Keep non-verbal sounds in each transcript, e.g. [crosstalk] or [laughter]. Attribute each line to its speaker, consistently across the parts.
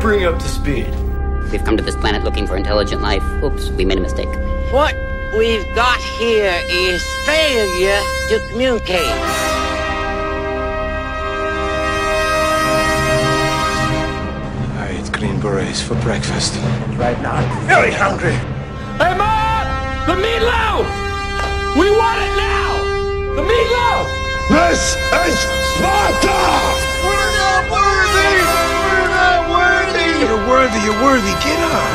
Speaker 1: bring up to speed.
Speaker 2: We've come to this planet looking for intelligent life. Oops, we made a mistake.
Speaker 3: What we've got here is failure to communicate.
Speaker 1: I ate green berets for breakfast.
Speaker 4: Right now, I'm
Speaker 1: Very hungry.
Speaker 5: Hey, Mom! The meatloaf! We want it now! The meatloaf!
Speaker 1: This is Sparta!
Speaker 4: We're not worthy! We're not worthy!
Speaker 1: You're worthy, you're worthy. Get up.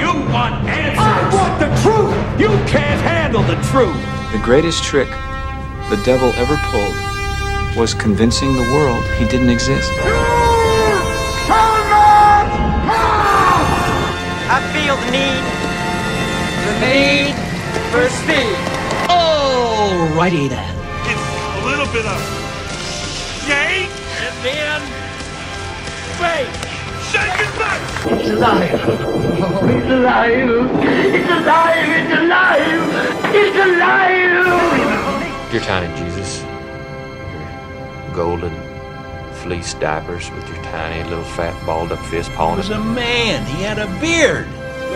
Speaker 5: You want answers! I want the truth! You can't handle the truth!
Speaker 6: The greatest trick the devil ever pulled was convincing the world he didn't exist.
Speaker 3: I feel the need. The need for speed. Alrighty then.
Speaker 7: It's a little bit of shake and then fake. Shake it back.
Speaker 8: Your tiny Jesus. Your golden fleece diapers with your tiny little fat balled up fist pawing at
Speaker 4: a man. He had a beard.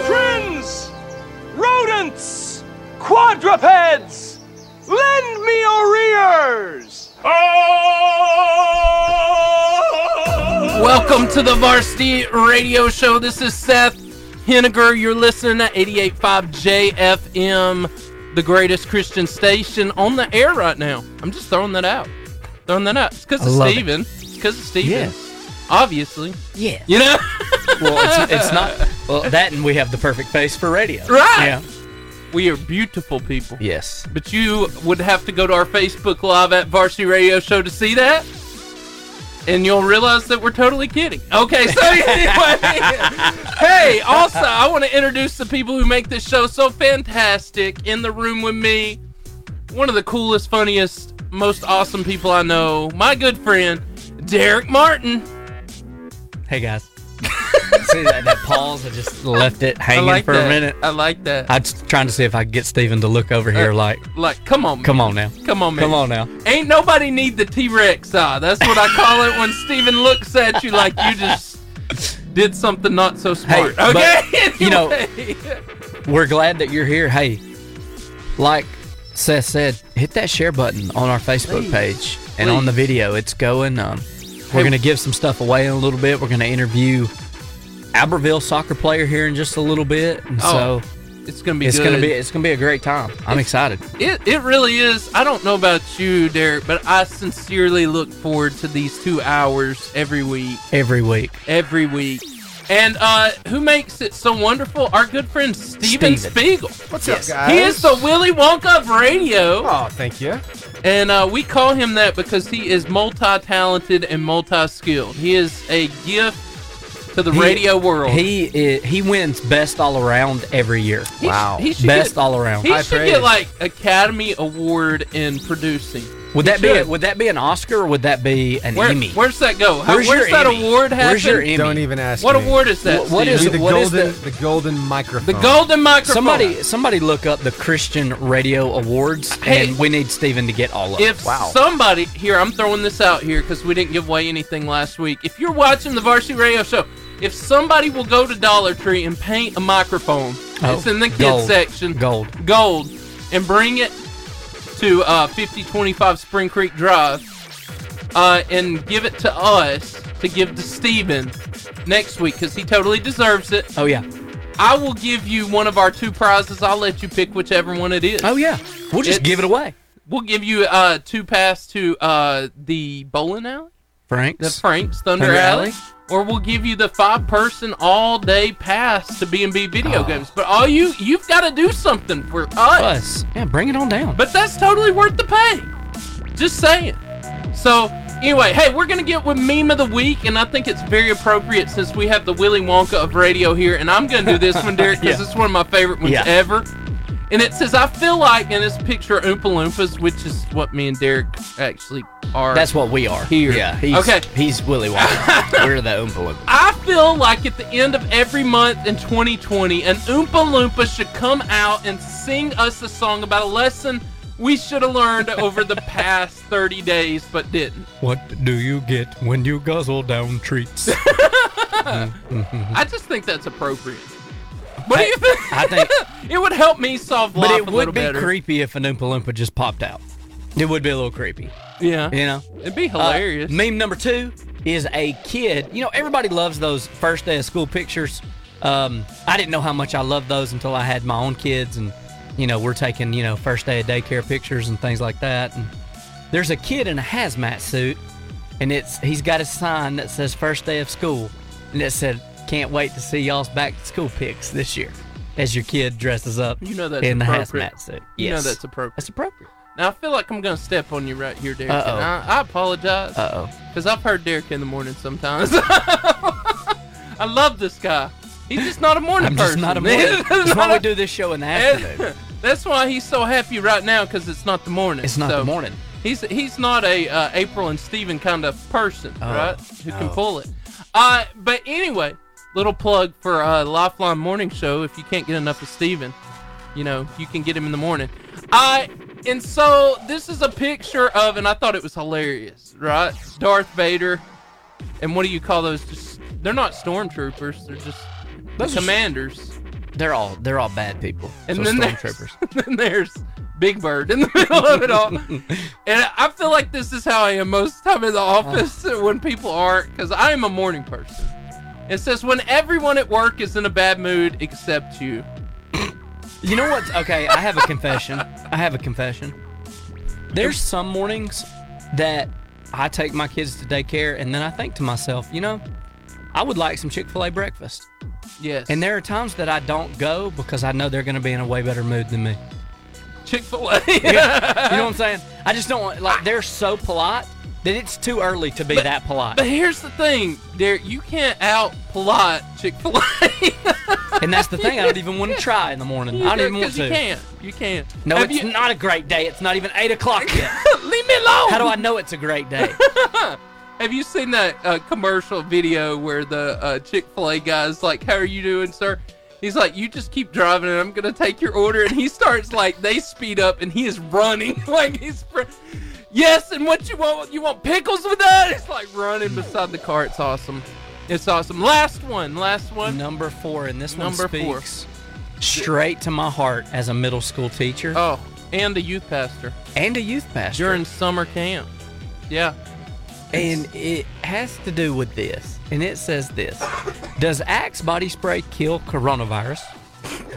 Speaker 5: Friends! Rodents! Quadrupeds! Lend me your ears!
Speaker 7: Oh!
Speaker 9: Welcome to the Varsity Radio Show. This is Seth Henniger. You're listening to 88.5 JFM, the greatest Christian station on the air right now. I'm just throwing that out. Throwing that out. It's because
Speaker 10: I
Speaker 9: of
Speaker 10: love it.
Speaker 9: Steven. It's because of Steven.
Speaker 10: Yeah.
Speaker 9: Obviously.
Speaker 10: Yeah.
Speaker 9: You know?
Speaker 10: Well, it's, it's not. Well, that and we have the perfect face for radio.
Speaker 9: Right.
Speaker 10: Yeah.
Speaker 9: we are beautiful people.
Speaker 10: Yes.
Speaker 9: But you would have to go to our Facebook Live at Varsity Radio Show to see that. And you'll realize that we're totally kidding. Okay,
Speaker 10: [laughs]
Speaker 9: so anyway. hey, also, I want to introduce the people who make this show so fantastic. In the room with me, one of the coolest, funniest, most awesome people I know, my good friend, Derek Martin.
Speaker 10: Hey guys. [laughs] see that, that pause? I just left it
Speaker 9: I
Speaker 10: hanging
Speaker 9: like
Speaker 10: for
Speaker 9: that.
Speaker 10: a minute.
Speaker 9: I like that.
Speaker 10: I was trying to see if I could get Steven to look over here.
Speaker 9: Uh,
Speaker 10: like,
Speaker 9: like, come on,
Speaker 10: come on now,
Speaker 9: Come on, man.
Speaker 10: come on now.
Speaker 9: Ain't nobody need the T Rex eye. That's what I call it when Steven looks at you like you just did something not so smart.
Speaker 10: Hey, but,
Speaker 9: okay?
Speaker 10: you know-
Speaker 9: Anyway.
Speaker 10: We're glad that you're here. Hey, like Seth said, hit that share button on our Facebook page and on the video. It's going. Um, we're
Speaker 9: Hey.
Speaker 10: going to give some stuff away in a little bit. We're going to interview Albertville soccer player here in just a little bit, and
Speaker 9: Oh,
Speaker 10: so
Speaker 9: it's gonna be
Speaker 10: it's
Speaker 9: good.
Speaker 10: going to be it's going to be a great time. I'm excited.
Speaker 9: it, it really is. I don't know about you, Derek, but I sincerely look forward to these two hours every week.
Speaker 10: Every week,
Speaker 9: Every week. And uh, who makes it so wonderful? Our good friend Steven,
Speaker 10: Steven.
Speaker 9: Spiegel.
Speaker 4: What's up,
Speaker 9: He is the Willy Wonka of radio.
Speaker 4: Oh, thank you.
Speaker 9: And uh, we call him that because he is multi talented and multi skilled. He is a gift to the
Speaker 10: He-
Speaker 9: radio world.
Speaker 10: He is, he wins best all around every year.
Speaker 9: He sh- he should
Speaker 10: best
Speaker 9: get,
Speaker 10: all around.
Speaker 9: He
Speaker 4: High
Speaker 9: should
Speaker 4: praise.
Speaker 9: get like Academy Award in producing.
Speaker 10: would
Speaker 9: he
Speaker 10: that be a,
Speaker 9: should.
Speaker 10: would that be an Oscar or would that be an
Speaker 9: Where,
Speaker 10: Emmy?
Speaker 9: Where's that go? How,
Speaker 10: Where's
Speaker 9: where's,
Speaker 10: your
Speaker 9: that
Speaker 10: Emmy?
Speaker 9: award happen?
Speaker 10: Where's your Emmy?
Speaker 4: Don't even ask.
Speaker 9: What
Speaker 4: me.
Speaker 9: award is that?
Speaker 10: Wh- what
Speaker 9: Steven?
Speaker 4: Be
Speaker 10: is-
Speaker 4: the
Speaker 10: What
Speaker 4: golden,
Speaker 10: the-
Speaker 4: the golden microphone.
Speaker 9: the golden microphone?
Speaker 10: Somebody somebody look up the Christian Radio Awards
Speaker 9: Hey.
Speaker 10: and we need Steven to get all of them.
Speaker 9: If somebody here, I'm throwing this out here because we didn't give away anything last week. If you're watching the Varsity Radio Show, if somebody will go to Dollar Tree and paint a microphone,
Speaker 10: Oh,
Speaker 9: it's in the kids
Speaker 10: gold.
Speaker 9: section,
Speaker 10: Gold.
Speaker 9: gold, and bring it to uh, 5025 Spring Creek Drive, uh, and give it to us to give to Steven next week because he totally deserves it.
Speaker 10: Oh yeah.
Speaker 9: I will give you one of our two prizes. I'll let you pick whichever one it is.
Speaker 10: Oh yeah. We'll just
Speaker 9: It's-
Speaker 10: give it away.
Speaker 9: We'll give you uh two pass to uh the bowling alley, the
Speaker 10: Frank's.
Speaker 9: Frank's Thunder,
Speaker 10: Thunder
Speaker 9: alley.
Speaker 10: Alley?
Speaker 9: or we'll give you the five person all day pass to B and B video games. But all you you've got to do something for Ah. us.
Speaker 10: Us. Yeah, bring it on down.
Speaker 9: But that's totally worth the pay. Just saying. So anyway, hey, we're gonna get with meme of the week, and I think it's very appropriate since we have the Willy Wonka of radio here, and I'm gonna do this one, Derek, because
Speaker 10: [laughs] Yeah.
Speaker 9: it's one of my favorite ones
Speaker 10: Yeah.
Speaker 9: ever. And it says, "I feel like," and it's a picture of Oompa Loompas, which is what me and Derek actually are.
Speaker 10: That's what we are.
Speaker 9: Here.
Speaker 10: Yeah. He's,
Speaker 9: Okay.
Speaker 10: He's Willy
Speaker 9: [laughs]
Speaker 10: Wonka. We're the Oompa Loompa.
Speaker 9: I feel like at the end of every month in 2020, an Oompa Loompa should come out and sing us a song about a lesson we should have learned over
Speaker 10: [laughs]
Speaker 9: the past 30 days, but didn't.
Speaker 10: What do you get when you guzzle down treats?
Speaker 9: I just think that's appropriate. What do you think?
Speaker 10: [laughs] I think,
Speaker 9: [laughs] It would help me solve life
Speaker 10: but it
Speaker 9: a
Speaker 10: would
Speaker 9: little
Speaker 10: be
Speaker 9: better.
Speaker 10: creepy if an Oompa Loompa just popped out. It would be a little creepy,
Speaker 9: yeah.
Speaker 10: you know.
Speaker 9: it'd be [laughs]
Speaker 10: Uh,
Speaker 9: hilarious.
Speaker 10: meme number two is a kid. You know, everybody loves those first day of school pictures. Um, I didn't know how much I loved those until I had my own kids, and you know, we're taking you know first day of daycare pictures and things like that. And there's a kid in a hazmat suit, and it's he's got a sign that says first day of school, and it said, "Can't wait to see y'all's back to school pics this year." As your kid dresses up,
Speaker 9: You know that's
Speaker 10: in the
Speaker 9: appropriate.
Speaker 10: hazmat suit. Yes,
Speaker 9: You know that's appropriate.
Speaker 10: that's appropriate.
Speaker 9: Now I feel like I'm gonna step on you right here, Derek. and
Speaker 10: Uh-oh.
Speaker 9: I, I apologize
Speaker 10: Uh oh.
Speaker 9: because I've heard Derek in the morning sometimes. [laughs] I love this guy. He's just not a morning
Speaker 10: I'm just
Speaker 9: person. [laughs]
Speaker 10: not a
Speaker 9: He's
Speaker 10: morning. That's
Speaker 9: not
Speaker 10: why we
Speaker 9: a-
Speaker 10: do [laughs] this show in the [laughs]
Speaker 9: And-
Speaker 10: afternoon.
Speaker 9: That's why he's so happy right now because it's not the morning.
Speaker 10: It's not
Speaker 9: So
Speaker 10: the morning.
Speaker 9: He's he's not a uh, April and Steven kind of person,
Speaker 10: Oh,
Speaker 9: right? Who can
Speaker 10: no.
Speaker 9: pull it. Uh, but anyway, little plug for uh, Lifeline Morning Show. If you can't get enough of Steven, you know you can get him in the morning. I and so this is a picture of, and I thought it was hilarious, right? Darth Vader, and what do you call those? Just they're not stormtroopers. They're just
Speaker 10: Those are s-
Speaker 9: commanders.
Speaker 10: They're all they're all bad people.
Speaker 9: And
Speaker 10: so
Speaker 9: then there's- [laughs]
Speaker 10: stormtroopers.
Speaker 9: then there's Big Bird in the [laughs] middle of it
Speaker 10: [laughs]
Speaker 9: all. And I feel like this is how I am most of the time in the
Speaker 10: Ah.
Speaker 9: office [laughs] when people aren't, because I am a morning person. It says when everyone at work is in a bad mood except you.
Speaker 10: You know what? Okay, I have a confession. I have a confession. There's some mornings that I take my kids to daycare, and then I think to myself, you know, I would like some Chick Fil A breakfast.
Speaker 9: Yes.
Speaker 10: And there are times that I don't go because I know they're going to be in a way better mood than [laughs] me.
Speaker 9: Chick Fil
Speaker 10: [laughs]
Speaker 9: A.
Speaker 10: You know what I'm saying? I just don't want like they're so polite that it's too early to be that
Speaker 9: [laughs]
Speaker 10: polite,
Speaker 9: But here's the thing, Derek. You can't out polite Chick [laughs] Fil A.
Speaker 10: and that's the thing. I don't even want to try in the morning. I don't even [laughs] want
Speaker 9: You
Speaker 10: to.
Speaker 9: can't. You can't.
Speaker 10: No,
Speaker 9: Have
Speaker 10: it's
Speaker 9: you-
Speaker 10: not a great day. It's not even eight o'clock yet.
Speaker 9: [laughs] Leave me alone.
Speaker 10: How do I know it's a great
Speaker 9: [laughs]
Speaker 10: day?
Speaker 9: Have you seen that uh, commercial video where the uh, Chick Fil A guy's like, "How are you doing, sir?" He's like, "You just keep driving, and I'm gonna take your order." And he starts like they speed up, and he is running [laughs] like he's. Fr- yes, and what you want? You want pickles with that? It's like running beside the car. It's awesome. It's awesome. Last one. Last one.
Speaker 10: Number four, and this
Speaker 9: Number
Speaker 10: one
Speaker 9: four.
Speaker 10: speaks straight to my heart as a middle school teacher
Speaker 9: Oh, and a youth pastor
Speaker 10: and a youth pastor.
Speaker 9: during summer camp. Yeah.
Speaker 10: and it has to do with this. And it says this Does Axe body spray kill coronavirus?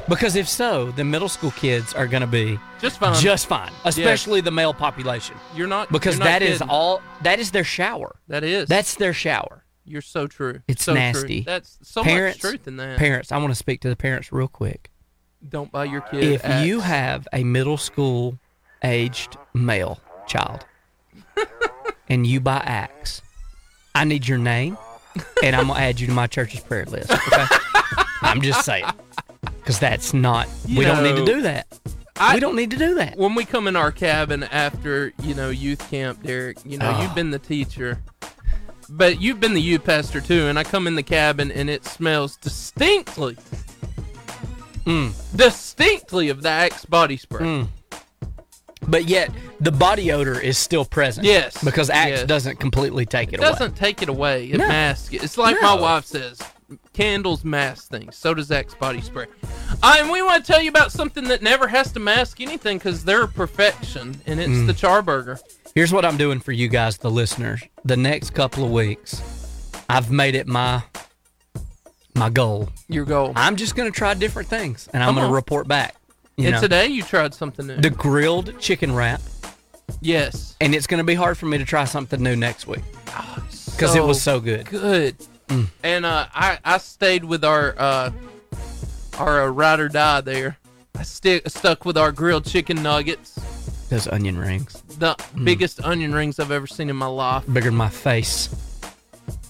Speaker 10: Because if so, the middle school kids are going to be
Speaker 9: Just fine.
Speaker 10: just fine, especially the male population.
Speaker 9: you're not
Speaker 10: Because
Speaker 9: you're not
Speaker 10: that is
Speaker 9: kidding.
Speaker 10: all, that is their shower.
Speaker 9: That is.
Speaker 10: That's their shower.
Speaker 9: You're so true.
Speaker 10: It's
Speaker 9: so true.
Speaker 10: nasty.
Speaker 9: That's so
Speaker 10: Parents,
Speaker 9: much truth in that.
Speaker 10: Parents, I want to speak to the parents real quick.
Speaker 9: Don't buy your kid.
Speaker 10: if
Speaker 9: Axe.
Speaker 10: you have a middle school aged male
Speaker 9: [laughs]
Speaker 10: child and you buy axe, I need your name and I'm gonna add you to my church's prayer
Speaker 9: [laughs]
Speaker 10: list. Okay? I'm just saying. Because that's not
Speaker 9: You
Speaker 10: we don't need
Speaker 9: know,
Speaker 10: to do that.
Speaker 9: I-
Speaker 10: we don't need to do that.
Speaker 9: when we come in our cabin after you know youth camp, Derek, you know
Speaker 10: Oh.
Speaker 9: you've been the teacher, but you've been the youth pastor too. And I come in the cabin and it smells distinctly, mm, distinctly of the Axe body spray.
Speaker 10: Mm. But yet the body odor is still present.
Speaker 9: Yes,
Speaker 10: Because axe
Speaker 9: yes.
Speaker 10: doesn't completely take it,
Speaker 9: It
Speaker 10: away.
Speaker 9: doesn't take it away. It
Speaker 10: No.
Speaker 9: masks it. It's like my
Speaker 10: No.
Speaker 9: wife says, candles mask things. So does Axe body spray. Uh, and we want to tell you about something that never has to mask anything because they're perfection, and it's
Speaker 10: Mm.
Speaker 9: the Charburger.
Speaker 10: Here's what I'm doing for you guys, the listeners. The next couple of weeks, I've made it my my goal
Speaker 9: Your goal.
Speaker 10: I'm just gonna try different things, and I'm
Speaker 9: Come
Speaker 10: gonna
Speaker 9: on.
Speaker 10: report back. You
Speaker 9: and
Speaker 10: know,
Speaker 9: today you tried something new.
Speaker 10: the grilled chicken wrap,
Speaker 9: yes.
Speaker 10: and it's gonna be hard for me to try something new next week because it was so Mm. good.
Speaker 9: good. And uh, I I stayed with our uh, our uh, ride or die there. I stick stuck with our grilled chicken nuggets,
Speaker 10: Those onion rings,
Speaker 9: the
Speaker 10: Mm.
Speaker 9: biggest onion rings I've ever seen in my life,
Speaker 10: bigger than my face.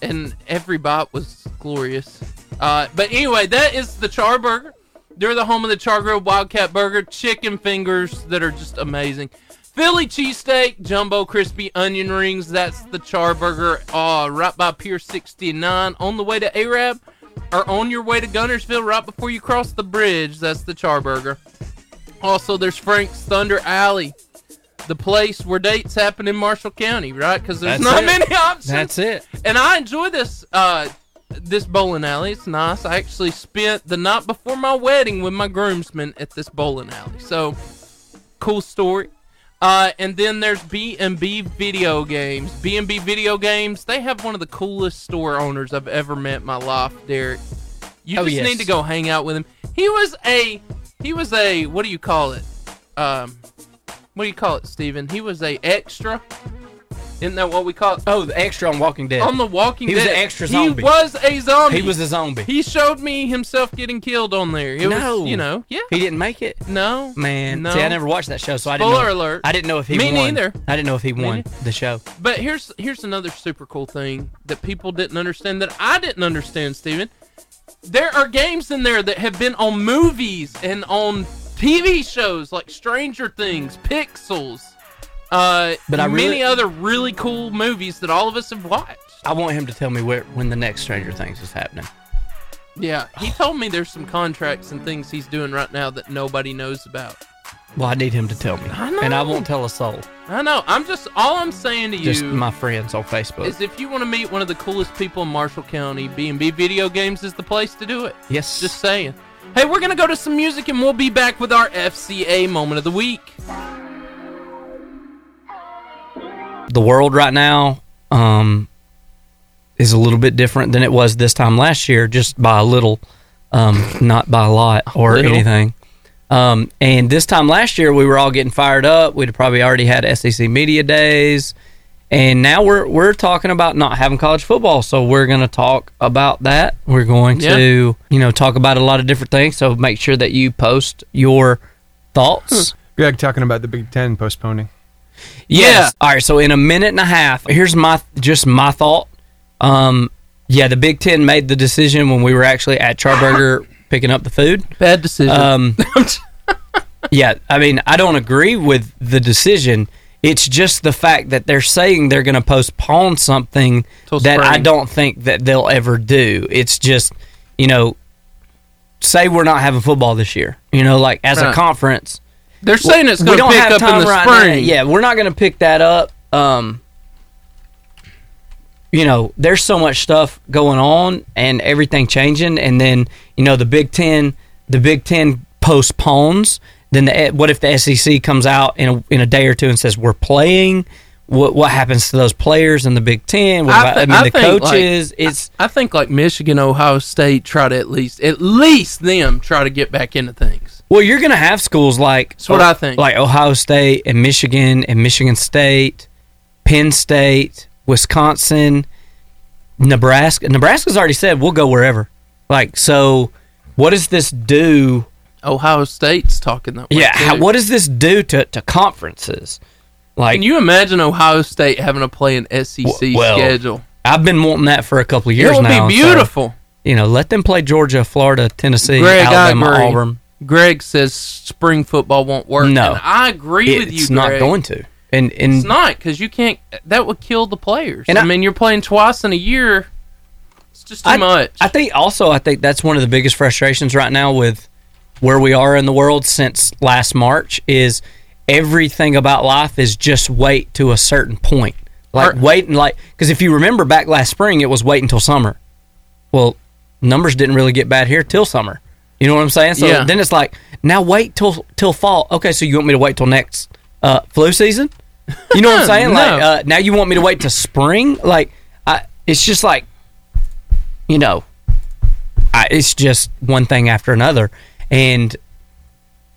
Speaker 9: and every bite was glorious. Uh, but anyway, that is the Char Burger. They're the home of the Char Grilled Wildcat Burger, chicken fingers that are just amazing. Philly cheesesteak, jumbo crispy onion rings. That's the Char Burger, uh, right by Pier 69 on the way to Arab or on your way to Gunnersville right before you cross the bridge. That's the Char Burger. Also, there's Frank's Thunder Alley. the place where dates happen in Marshall County, right? Because there's
Speaker 10: That's
Speaker 9: not
Speaker 10: it.
Speaker 9: many options.
Speaker 10: That's it.
Speaker 9: and I enjoy this uh this bowling alley. It's nice. I actually spent the night before my wedding with my groomsmen at this bowling alley. So cool story. Uh, and then there's B&B Video Games. B&B Video Games, they have one of the coolest store owners I've ever met in my life, Derek. You
Speaker 10: Oh,
Speaker 9: just
Speaker 10: yes.
Speaker 9: need to go hang out with him. He was a he was a what do you call it? Um what do you call it, Steven? He was a extra. Isn't that what we call it?
Speaker 10: Oh, the extra on Walking Dead.
Speaker 9: on The Walking
Speaker 10: He
Speaker 9: Dead.
Speaker 10: was an extra zombie.
Speaker 9: He was a zombie.
Speaker 10: he was a zombie.
Speaker 9: He showed me himself getting killed on there. It
Speaker 10: No.
Speaker 9: was, you know, yeah.
Speaker 10: He didn't make it.
Speaker 9: no,
Speaker 10: Man,
Speaker 9: no.
Speaker 10: see, I never watched that show, so I didn't.
Speaker 9: Spoiler
Speaker 10: know,
Speaker 9: alert.
Speaker 10: I didn't know if he
Speaker 9: Me
Speaker 10: won.
Speaker 9: neither.
Speaker 10: I didn't know if he won
Speaker 9: neither.
Speaker 10: the show.
Speaker 9: But here's here's another super cool thing that people didn't understand that I didn't understand, Steven. There are games in there that have been on movies and on TV shows like Stranger Things, Pixels, uh,
Speaker 10: But I really-
Speaker 9: many other really cool movies that all of us have watched.
Speaker 10: I want him to tell me where when the next Stranger Things is happening.
Speaker 9: Yeah,
Speaker 10: [sighs]
Speaker 9: he told me there's some contracts and things he's doing right now that nobody knows about.
Speaker 10: Well, I need him to tell me,
Speaker 9: I know.
Speaker 10: and I won't tell a soul.
Speaker 9: I know. I'm just all I'm saying to you
Speaker 10: Just my friends on Facebook.
Speaker 9: is if you want to meet one of the coolest people in Marshall County, B&B Video Games is the place to do it.
Speaker 10: yes,
Speaker 9: Just saying. Hey, we're gonna go to some music and we'll be back with our FCA moment of the week.
Speaker 10: the world right now um, is a little bit different than it was this time last year, just by a little, um, not by a lot or
Speaker 9: Little.
Speaker 10: anything. Um, and this time last year, we were all getting fired up. We'd probably already had SEC media days, and now we're we're talking about not having college football. So we're going to talk about that. We're going to you know talk about a lot of different things. So make sure that you post your thoughts.
Speaker 5: Greg talking about the Big Ten postponing.
Speaker 10: Yes. All right. So in a minute and a half, here's my just my thought. Um, yeah, the Big Ten made the decision when we were actually
Speaker 9: [laughs]
Speaker 10: at Charburger picking up the food.
Speaker 9: Bad decision. [laughs]
Speaker 10: Um, yeah, I mean, I don't agree with the decision. It's just the fact that they're saying they're going to postpone something
Speaker 9: Till
Speaker 10: that I
Speaker 9: spring.
Speaker 10: don't think that they'll ever do. It's just, you know, say we're not having football this year. You know, like as a
Speaker 9: Right.
Speaker 10: conference,
Speaker 9: They're saying it's
Speaker 10: we
Speaker 9: gonna
Speaker 10: don't
Speaker 9: pick
Speaker 10: have
Speaker 9: up in
Speaker 10: time
Speaker 9: the
Speaker 10: right now.
Speaker 9: spring.
Speaker 10: Yeah, we're not going to pick that up. Um, you know, there's so much stuff going on and everything changing, and then you know the Big Ten, the Big Ten postpones. Then the, what if the SEC comes out in a, in a day or two and says we're playing? What what happens to those players in the Big Ten? What
Speaker 9: I
Speaker 10: about, I,
Speaker 9: thi-
Speaker 10: mean,
Speaker 9: I
Speaker 10: the
Speaker 9: think, like,
Speaker 10: coaches. it's
Speaker 9: I think like Michigan, Ohio State try to at least at least them try to get back into things.
Speaker 10: Well, you're going to have schools like
Speaker 9: That's what I think.
Speaker 10: like Ohio State and Michigan and Michigan State, Penn State, Wisconsin, Nebraska. Nebraska's already said we'll go wherever. Like so, what does this do?
Speaker 9: Ohio State's talking that way.
Speaker 10: yeah,
Speaker 9: too.
Speaker 10: how, what does this do to to conferences? Like
Speaker 9: Can you imagine Ohio State having to play an SEC
Speaker 10: W- well,
Speaker 9: schedule?
Speaker 10: I've been wanting that for a couple of
Speaker 9: It
Speaker 10: years
Speaker 9: would
Speaker 10: now.
Speaker 9: be
Speaker 10: so,
Speaker 9: beautiful.
Speaker 10: you know, let them play Georgia, Florida, Tennessee,
Speaker 9: Greg, I
Speaker 10: Alabama,
Speaker 9: agree.
Speaker 10: Auburn.
Speaker 9: Greg says spring football won't work.
Speaker 10: No.
Speaker 9: and I agree with you.
Speaker 10: It's not
Speaker 9: Greg.
Speaker 10: going to. And and
Speaker 9: It's not because you can't. That would kill the players.
Speaker 10: And
Speaker 9: I,
Speaker 10: I-
Speaker 9: mean, you're playing twice in a year. It's just too
Speaker 10: I,
Speaker 9: much.
Speaker 10: I think also I think that's one of the biggest frustrations right now with where we are in the world since last March is everything about life is just wait to a certain point. Like
Speaker 9: Or-
Speaker 10: wait and like because if you remember back last spring, it was wait until summer. Well, numbers didn't really get bad here till summer. You know what I'm saying? So
Speaker 9: Yeah.
Speaker 10: then it's like now wait till till fall. Okay, so you want me to wait till next uh, flu season? You know what I'm saying? Like
Speaker 9: No.
Speaker 10: uh, now you want me to wait to spring? Like I, it's just like you know, I, it's just one thing after another. And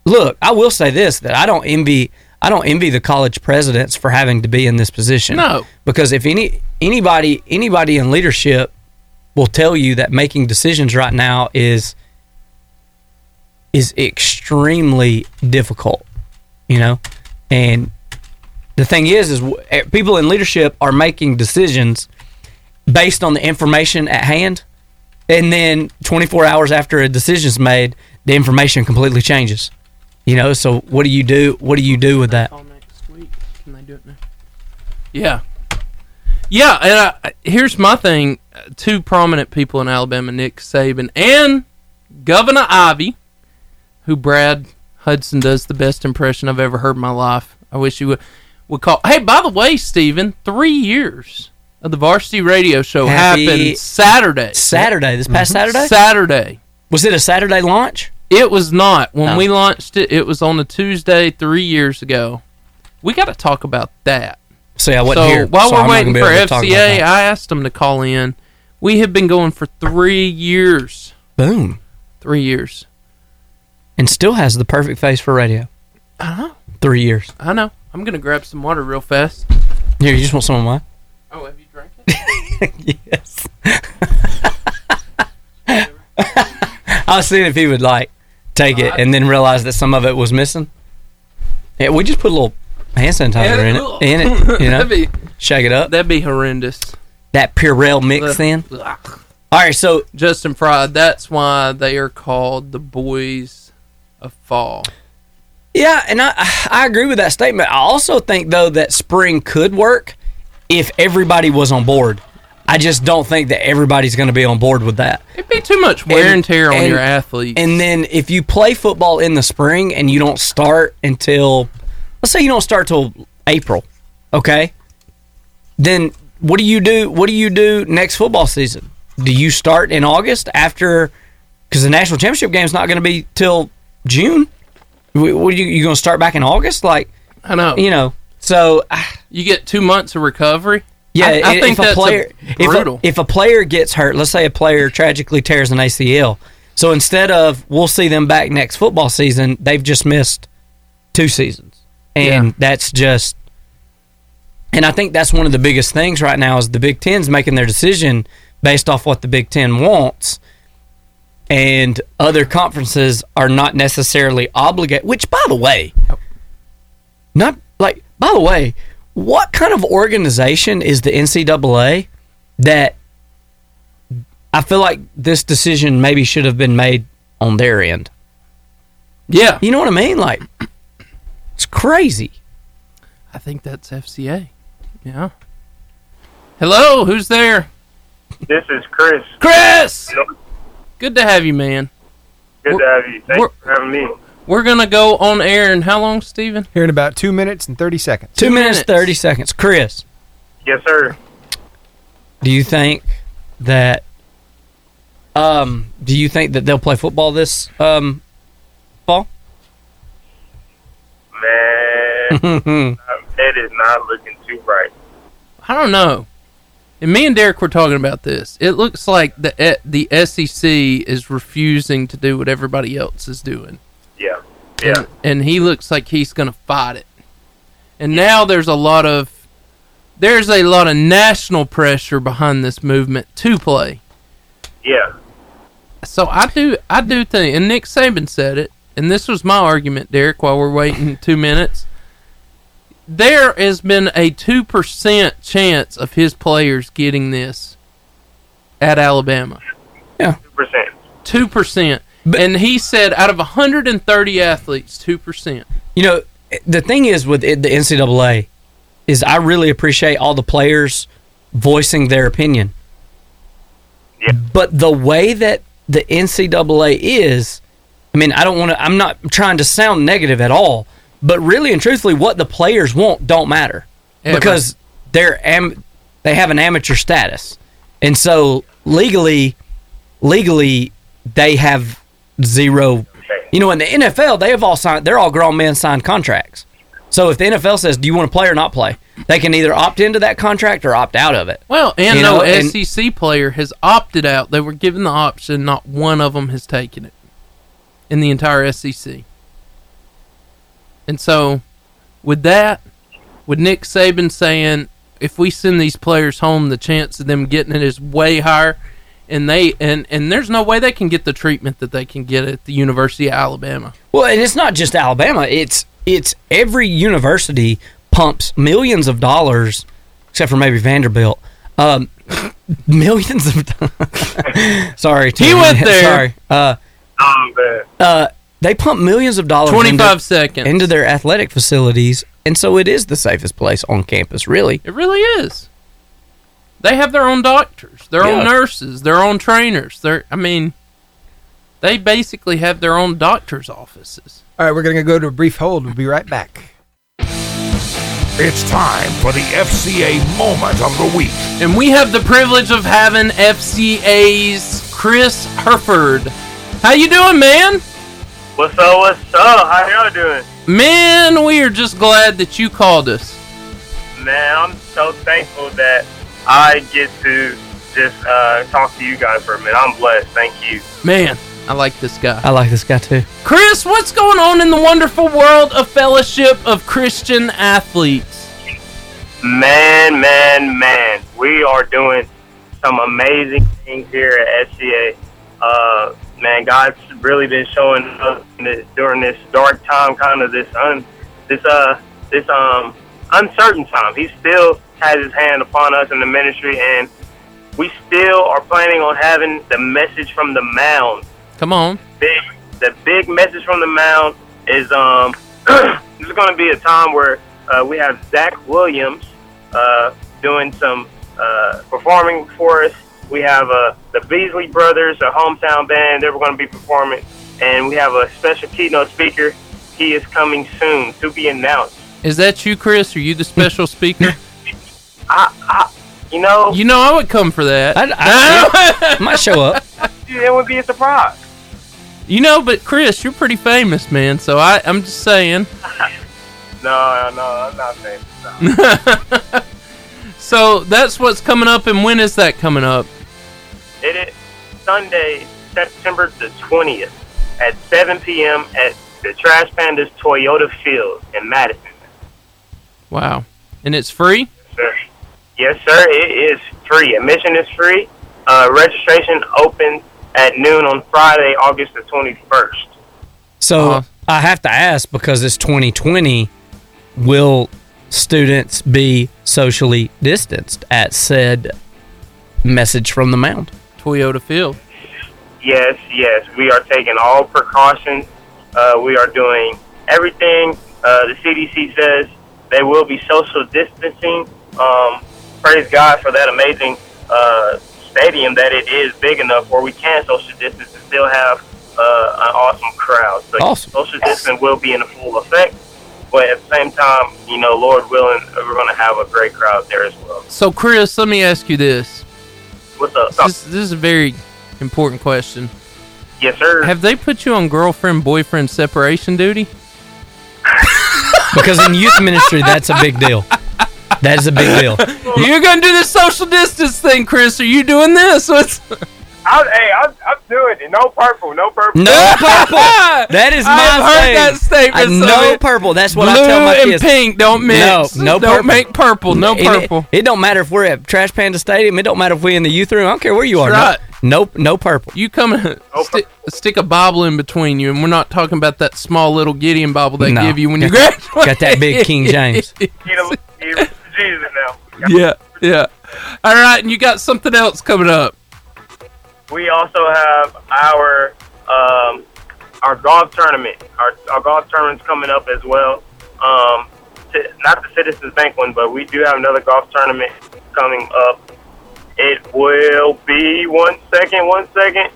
Speaker 10: look, I will say this that I don't envy I don't envy the college presidents for having to be in this position.
Speaker 9: No.
Speaker 10: because if any anybody anybody in leadership will tell you that making decisions right now is is extremely difficult. You know, and the thing is, is w- eh, people in leadership are making decisions based on the information at hand, and then 24 hours after a decision's made, the information completely changes. You know, so what do you do? What do you do with that?
Speaker 9: Call next week. Can they do it now? Yeah, yeah. And I- I, here's my thing: Uh, two prominent people in Alabama, Nick Saban and Governor Ivy, who Brad Hudson does the best impression I've ever heard in my life. I wish you would. would call. Hey, by the way, Steven, three years of the Varsity Radio Show
Speaker 10: Happy-
Speaker 9: happened Saturday.
Speaker 10: Saturday, this past
Speaker 9: Mhm.
Speaker 10: Saturday?
Speaker 9: Saturday.
Speaker 10: Was it a Saturday launch?
Speaker 9: It was not. When
Speaker 10: Oh.
Speaker 9: we launched it, it was on a Tuesday three years ago. We got to talk about that.
Speaker 10: See, I wasn't
Speaker 9: so
Speaker 10: here,
Speaker 9: While
Speaker 10: so
Speaker 9: we're
Speaker 10: I'm not
Speaker 9: waiting
Speaker 10: gonna
Speaker 9: for
Speaker 10: be able to talk about
Speaker 9: FCA,
Speaker 10: that.
Speaker 9: I asked them to call in. We have been going for three years.
Speaker 10: Boom.
Speaker 9: Three years.
Speaker 10: And still has the perfect face for radio.
Speaker 9: I know.
Speaker 10: Three years.
Speaker 9: I know. I'm gonna grab some water real fast.
Speaker 10: Here, you just want some of mine?
Speaker 9: Oh, have you drank
Speaker 10: it? yes. I was seeing if he would like take it and then realize that some of it was missing. Yeah, we just put a little hand sanitizer in it. In it, [laughs] you know.
Speaker 9: that'd be
Speaker 10: shake it up.
Speaker 9: That'd be horrendous.
Speaker 10: That Purell mix in. All right, so
Speaker 9: Justin Fry. That's why they are called the boys of fall.
Speaker 10: Yeah, and I I agree with that statement. I also think though that spring could work if everybody was on board. I just don't think that everybody's going to be on board with that.
Speaker 9: It'd be too much wear and, tear on your athlete.
Speaker 10: And then if you play football in the spring and you don't start until let's say you don't start till April, okay? Then what do you do? What do you do next football season? Do you start in August after cuz the national championship game's not going to be till June? Wh- What are you you going to start back in August like
Speaker 9: I know.
Speaker 10: You know. So ah,
Speaker 9: You get two months of recovery.
Speaker 10: yeah,
Speaker 9: I, I
Speaker 10: if
Speaker 9: think
Speaker 10: a
Speaker 9: that's
Speaker 10: player,
Speaker 9: a,
Speaker 10: if a-
Speaker 9: brutal.
Speaker 10: If a, player gets hurt, let's say a player tragically tears an ACL, so instead of we'll see them back next football season, they've just missed two seasons, and that's just. And I think that's one of the biggest things right now is the Big Ten's making their decision based off what the Big Ten wants, and other conferences are not necessarily obligated. Which, by the way, not like by the way, what kind of organization is the NCAA that I feel like this decision maybe should have been made on their end?
Speaker 9: Yeah.
Speaker 10: You know what I mean? Like it's crazy.
Speaker 9: I think that's FCA. Yeah. Hello, who's there?
Speaker 11: This is Chris.
Speaker 9: Chris! Good to have you, man.
Speaker 11: Good to have you. Thanks for having me.
Speaker 9: We're gonna go on air in how long, Steven?
Speaker 5: Here in about two minutes and thirty seconds.
Speaker 10: Two minutes, thirty seconds. Chris,
Speaker 11: Yes, sir.
Speaker 10: do you think that um do you think that they'll play football this um fall? [laughs]
Speaker 11: Man,
Speaker 10: I
Speaker 11: it is not looking too bright.
Speaker 9: I don't know. And me and Derek were talking about this. It looks like the eh, the SEC is refusing to do what everybody else is doing.
Speaker 11: Yeah. Yeah.
Speaker 9: And, and he looks like he's going to fight it. And now there's a lot of there's a lot of national pressure behind this movement to play.
Speaker 11: Yeah.
Speaker 9: So I do I do think and Nick Saban said it, and this was my argument, Derek, while we're waiting [laughs] two minutes. There has been a two percent chance of his players getting this at Alabama.
Speaker 10: Yeah.
Speaker 11: Two percent.
Speaker 9: Two percent. And he said out of hundred and thirty athletes, two percent.
Speaker 10: You know, the thing is with it, the NCAA is I really appreciate all the players voicing their opinion. But the way that the NCAA is, I mean, I don't want to. I'm not trying to sound negative at all, but really and truthfully, what the players want don't matter
Speaker 9: Yeah,
Speaker 10: because they're am, they have an amateur status, and so legally, legally, they have zero. You know, in the NFL, they have all signed. They're all grown men signed contracts. So if the NFL says, "Do you want to play or not play?" They can either opt into that contract or opt out of it.
Speaker 9: Well, and
Speaker 10: You
Speaker 9: no
Speaker 10: know, and-
Speaker 9: SEC player has opted out. They were given the option. Not one of them has taken it in the entire SEC. And so, with that, with Nick Saban saying, if we send these players home, the chance of them getting it is way higher. And they and and there's no way they can get the treatment that they can get at the University of Alabama.
Speaker 10: Well, and it's not just Alabama. It's it's every university pumps millions of dollars, except for maybe Vanderbilt. Um, [laughs] millions of. do- [laughs] sorry,
Speaker 9: He went
Speaker 10: Tim.
Speaker 9: there.
Speaker 10: Sorry. Uh, uh, they pump millions of dollars.
Speaker 9: 25
Speaker 10: into,
Speaker 9: seconds.
Speaker 10: into their athletic facilities, and so it is the safest place on campus, really.
Speaker 9: It really is. They have their own doctors, their
Speaker 10: Yeah.
Speaker 9: own nurses, their own trainers. Their I mean, they basically have their own doctor's offices.
Speaker 5: All right, we're going to go to a brief hold. We'll be right back.
Speaker 1: It's time for the FCA moment of the week.
Speaker 9: And we have the privilege of having FCA's Chris Herford. How you doing, man?
Speaker 10: What's up? What's up? How y'all doing?
Speaker 9: Man, we are just glad that you called us.
Speaker 10: Man, I'm so thankful that I get to just uh, talk to you guys for a minute. I'm blessed. Thank you.
Speaker 9: Man, I like this guy.
Speaker 3: I like this guy too.
Speaker 9: Chris, what's going on in the wonderful world of Fellowship of Christian Athletes?
Speaker 10: Man, man, man, we are doing some amazing things here at SCA. Uh, man, God's really been showing us in this- during this dark time, kind of this un, this uh, this um uncertain time. He still has His hand upon us in the ministry, and we still are planning on having the message from the mound
Speaker 9: Come on.
Speaker 10: big the big message from the mound is um [clears throat] this is going to be a time where uh, we have Zach Williams uh, doing some uh, performing for us. We have uh, the Beasley Brothers, a hometown band. They're going to be performing, and we have a special keynote speaker. He is coming soon to be announced.
Speaker 9: Is that you, Chris? Are you the
Speaker 3: [laughs]
Speaker 9: special speaker?
Speaker 10: I, I you know,
Speaker 9: You know I would come for that. I,
Speaker 3: might show up.
Speaker 10: [laughs] it would be a surprise.
Speaker 9: [laughs] You know, but Chris, you're pretty famous, man. So I, I'm just saying.
Speaker 10: No, no, I'm not saying no.
Speaker 9: So that's what's coming up, and when is that coming up?
Speaker 10: It is Sunday, September the 20th at 7 p.m. at the Trash Pandas Toyota Field in Madison.
Speaker 9: Wow. And it's free?
Speaker 10: Sir. Yes, sir. It is free. Admission is free. Uh, registration opens at noon on Friday, August the 21st.
Speaker 3: So
Speaker 9: Uh-huh.
Speaker 3: I have to ask because it's 2020. Will students be socially distanced at said message from the mound?
Speaker 9: Toyota Field.
Speaker 10: Yes, yes. We are taking all precautions. Uh, we are doing everything uh, the CDC says. They will be social distancing. Um, praise God for that amazing uh, stadium that it is big enough where we can social distance and still have uh, an awesome crowd. So
Speaker 3: Awesome.
Speaker 10: social distancing will be in full effect. But at the same time, you know, Lord willing, we're going to have a great crowd there as well.
Speaker 9: So, Chris, let me ask you this.
Speaker 10: What's up?
Speaker 9: This, this is a very important question.
Speaker 10: Yes, sir.
Speaker 9: Have they put you on girlfriend boyfriend separation duty?
Speaker 3: Because in youth ministry, that's a big deal. That is a big deal.
Speaker 9: You're gonna do this social distance thing, Chris. Are you doing this? What's [laughs]
Speaker 10: I'm, hey, I'm, I'm doing it. No purple. No purple.
Speaker 3: No
Speaker 10: [laughs]
Speaker 3: purple. That is my
Speaker 9: I've heard
Speaker 3: thing.
Speaker 9: that statement,
Speaker 3: I-
Speaker 9: so
Speaker 3: no
Speaker 9: it-
Speaker 3: purple. That's what
Speaker 9: Blue
Speaker 3: I tell my
Speaker 9: and
Speaker 3: kids.
Speaker 9: pink don't mix.
Speaker 3: No, no
Speaker 9: Don't
Speaker 3: purple.
Speaker 9: make purple, no
Speaker 3: It-
Speaker 9: purple.
Speaker 3: It, don't matter if we're at Trash Panda Stadium. It don't matter if we're in the youth room. I don't care where you are.
Speaker 9: That's
Speaker 3: No, no, no
Speaker 10: [laughs]
Speaker 3: purple.
Speaker 9: You come and sti- stick a bobble in between you, and we're not talking about that small little Gideon bobble they
Speaker 3: No.
Speaker 9: give you when you
Speaker 3: Got-
Speaker 9: graduate.
Speaker 3: got that big
Speaker 9: [laughs]
Speaker 3: King James.
Speaker 10: Jesus now.
Speaker 9: yeah, yeah. All right, and you got something else coming up.
Speaker 10: We also have our um, our golf tournament. Our, our golf tournament's coming up as well. Um, ci- not the Citizens Bank one, but we do have another golf tournament coming up. It will be one second, one second.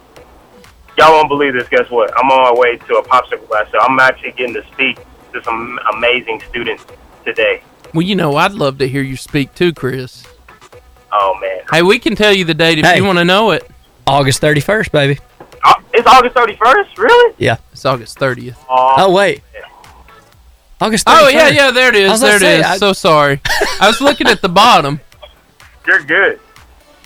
Speaker 10: Y'all won't believe this. Guess what? I'm on my way to a popsicle class, so I'm actually getting to speak to some amazing students today.
Speaker 9: Well, you know, I'd love to hear you speak too, Chris.
Speaker 10: Oh man,
Speaker 9: Hey, we can tell you the date if
Speaker 3: Hey.
Speaker 9: you want to know it.
Speaker 3: August thirty first, baby.
Speaker 10: Uh, it's August 31st. Really?
Speaker 3: Yeah.
Speaker 9: It's August thirtieth.
Speaker 3: Oh wait. August. 31st.
Speaker 9: Oh yeah, yeah. There it
Speaker 3: I
Speaker 9: is.
Speaker 3: was
Speaker 9: There
Speaker 3: gonna
Speaker 9: it
Speaker 3: say,
Speaker 9: is.
Speaker 3: I-
Speaker 9: So sorry. I was looking at the bottom.
Speaker 10: You're good.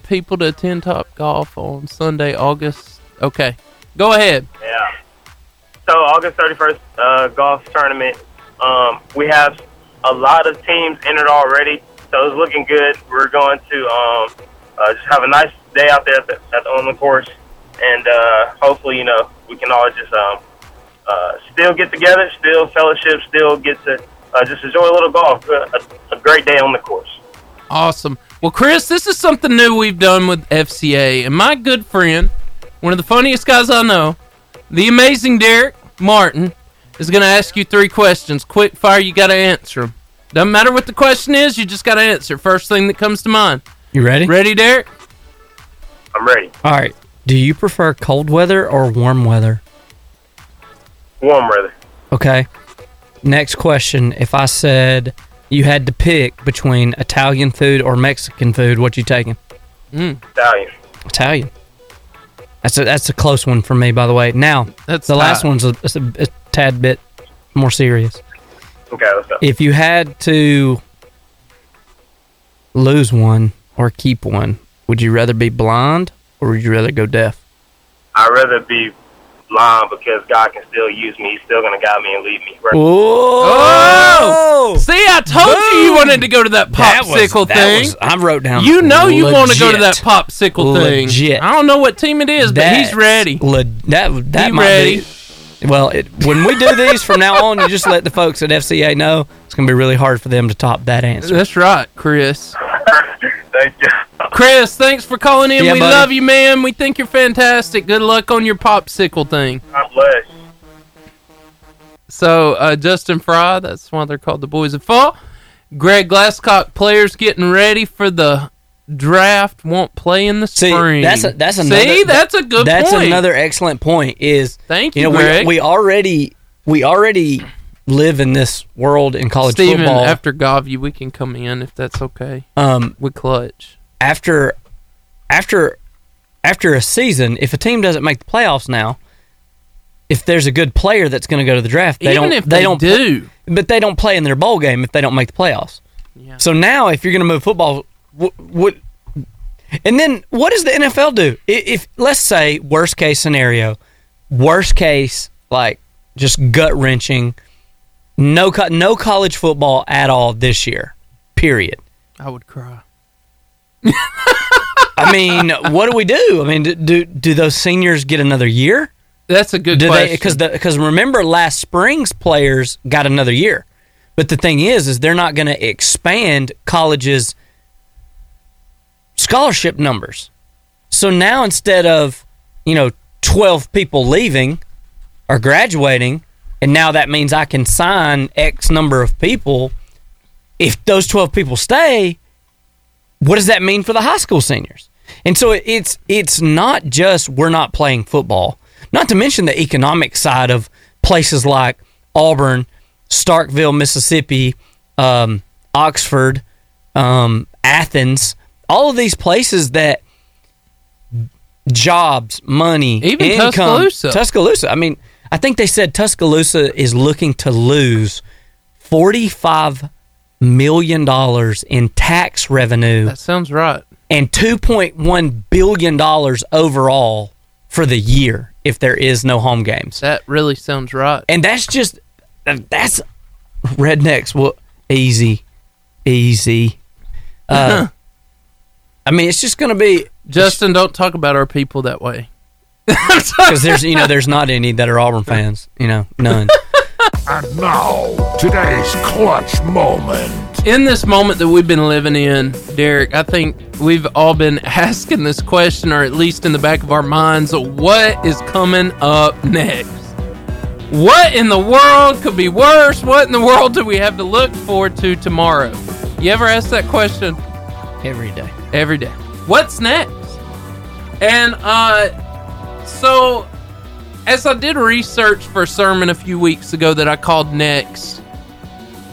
Speaker 9: People to attend Top Golf on Sunday, August. Okay, go ahead.
Speaker 10: Yeah. So August 31st uh, golf tournament. Um, we have a lot of teams entered already, so it's looking good. We're going to um, uh, just have a nice day out there at the, at the on the course, and uh, hopefully, you know, we can all just um, uh, still get together, still fellowship, still get to uh, just enjoy a little golf. A, a great day on the course.
Speaker 9: Awesome. Well, Chris, this is something new we've done with FCA. And my good friend, one of the funniest guys I know, the amazing Derek Martin, is going to ask you three questions. Quick fire, you got to answer them. Doesn't matter what the question is, you just got to answer. First thing that comes to mind.
Speaker 3: You ready?
Speaker 9: Ready, Derek?
Speaker 10: I'm ready.
Speaker 3: All right. Do you prefer cold weather or warm weather?
Speaker 10: Warm weather.
Speaker 3: Okay. Next question. If I said you had to pick between Italian food or Mexican food, what you taking?
Speaker 10: Italian.
Speaker 3: Italian. That's a, that's a close one for me, by the way. Now,
Speaker 9: that's
Speaker 3: the last
Speaker 10: tight.
Speaker 3: one's a, it's a, a tad bit more serious.
Speaker 10: Okay, what's up?
Speaker 3: If you had to lose one or keep one, would you rather be blind or would you rather go deaf?
Speaker 10: I'd rather be blind because God can still use me. He's still gonna guide me and lead me. Right?
Speaker 9: Oh! See, I told you you wanted to go to that
Speaker 3: That was-
Speaker 9: popsicle
Speaker 3: that
Speaker 9: thing.
Speaker 3: was- I wrote down.
Speaker 9: You know you want to go to that
Speaker 3: legit.
Speaker 9: popsicle thing.
Speaker 3: Legit.
Speaker 9: I don't know what team it is, but he's
Speaker 3: That's
Speaker 9: ready.
Speaker 3: Le- that that
Speaker 9: He
Speaker 3: might
Speaker 9: ready.
Speaker 3: Be, well, it, when we do these from now on, you just let the folks at FCA know it's going to be really hard for them to top that answer.
Speaker 9: That's right, Chris.
Speaker 10: [laughs] Thank you.
Speaker 9: Chris, thanks for calling in.
Speaker 3: Yeah,
Speaker 9: we
Speaker 3: buddy.
Speaker 9: love you, man. We think you're fantastic. Good luck on your popsicle thing.
Speaker 10: God bless.
Speaker 9: So, uh, Justin Fry, that's why they're called the Boys of Fall. Greg Glasscock, players getting ready for the draft, won't play in the spring.
Speaker 3: That's a, that's
Speaker 9: See,
Speaker 3: another.
Speaker 9: that's a good
Speaker 3: That's
Speaker 9: point.
Speaker 3: another excellent point. Is
Speaker 9: Thank
Speaker 3: you know
Speaker 9: you,
Speaker 3: we,
Speaker 9: Greg.
Speaker 3: we already we already live in this world in college
Speaker 9: Steven,
Speaker 3: football.
Speaker 9: after Govy, we can come in if that's okay.
Speaker 3: um,
Speaker 9: we clutch
Speaker 3: after after after a season. If a team doesn't make the playoffs now, if there's a good player that's going to go to the draft, they
Speaker 9: Even
Speaker 3: don't.
Speaker 9: if they
Speaker 3: don't
Speaker 9: do.
Speaker 3: but they don't play in their bowl game if they don't make the playoffs. So now, if you're going to move football, what, what? And then, what does the NFL do? I- If let's say worst case scenario, worst case like just gut wrenching, no co- no college football at all this year, period.
Speaker 9: I would cry.
Speaker 3: [laughs] I mean, what do we do? I mean, do do, do those seniors get another year?
Speaker 9: That's a good
Speaker 3: do
Speaker 9: question.
Speaker 3: Because because remember last spring's players got another year, but the thing is, is they're not going to expand colleges' scholarship numbers. So now instead of you know twelve people leaving or graduating, and now that means I can sign X number of people. If those twelve people stay, what does that mean for the high school seniors? And so it- it's it's not just we're not playing football, not to mention the economic side of places like Auburn, Starkville, Mississippi, um, Oxford, um, Athens, all of these places that jobs, money,
Speaker 9: Even
Speaker 3: income,
Speaker 9: Tuscaloosa.
Speaker 3: Tuscaloosa. I mean, I think they said Tuscaloosa is looking to lose forty-five million dollars in tax revenue. That
Speaker 9: sounds right.
Speaker 3: And two point one billion dollars overall for the year if there is no home games.
Speaker 9: That really sounds right.
Speaker 3: And that's just that's rednecks. Well, easy, easy. [laughs] Uh, I mean, it's just going to be
Speaker 9: Justin. Don't talk about our people that way.
Speaker 3: because there's you know there's not any that are Auburn fans. You know, none.
Speaker 1: And now, today's clutch moment.
Speaker 9: In this moment that we've been living in, Derek, I think we've all been [laughs] asking this question, or at least in the back of our minds, what is coming up next? What in the world could be worse? What in the world do we have to look forward to tomorrow? You ever ask that question?
Speaker 3: [laughs] Every day.
Speaker 9: Every day. What's next? And uh so as I did research for a sermon a few weeks ago that I called next,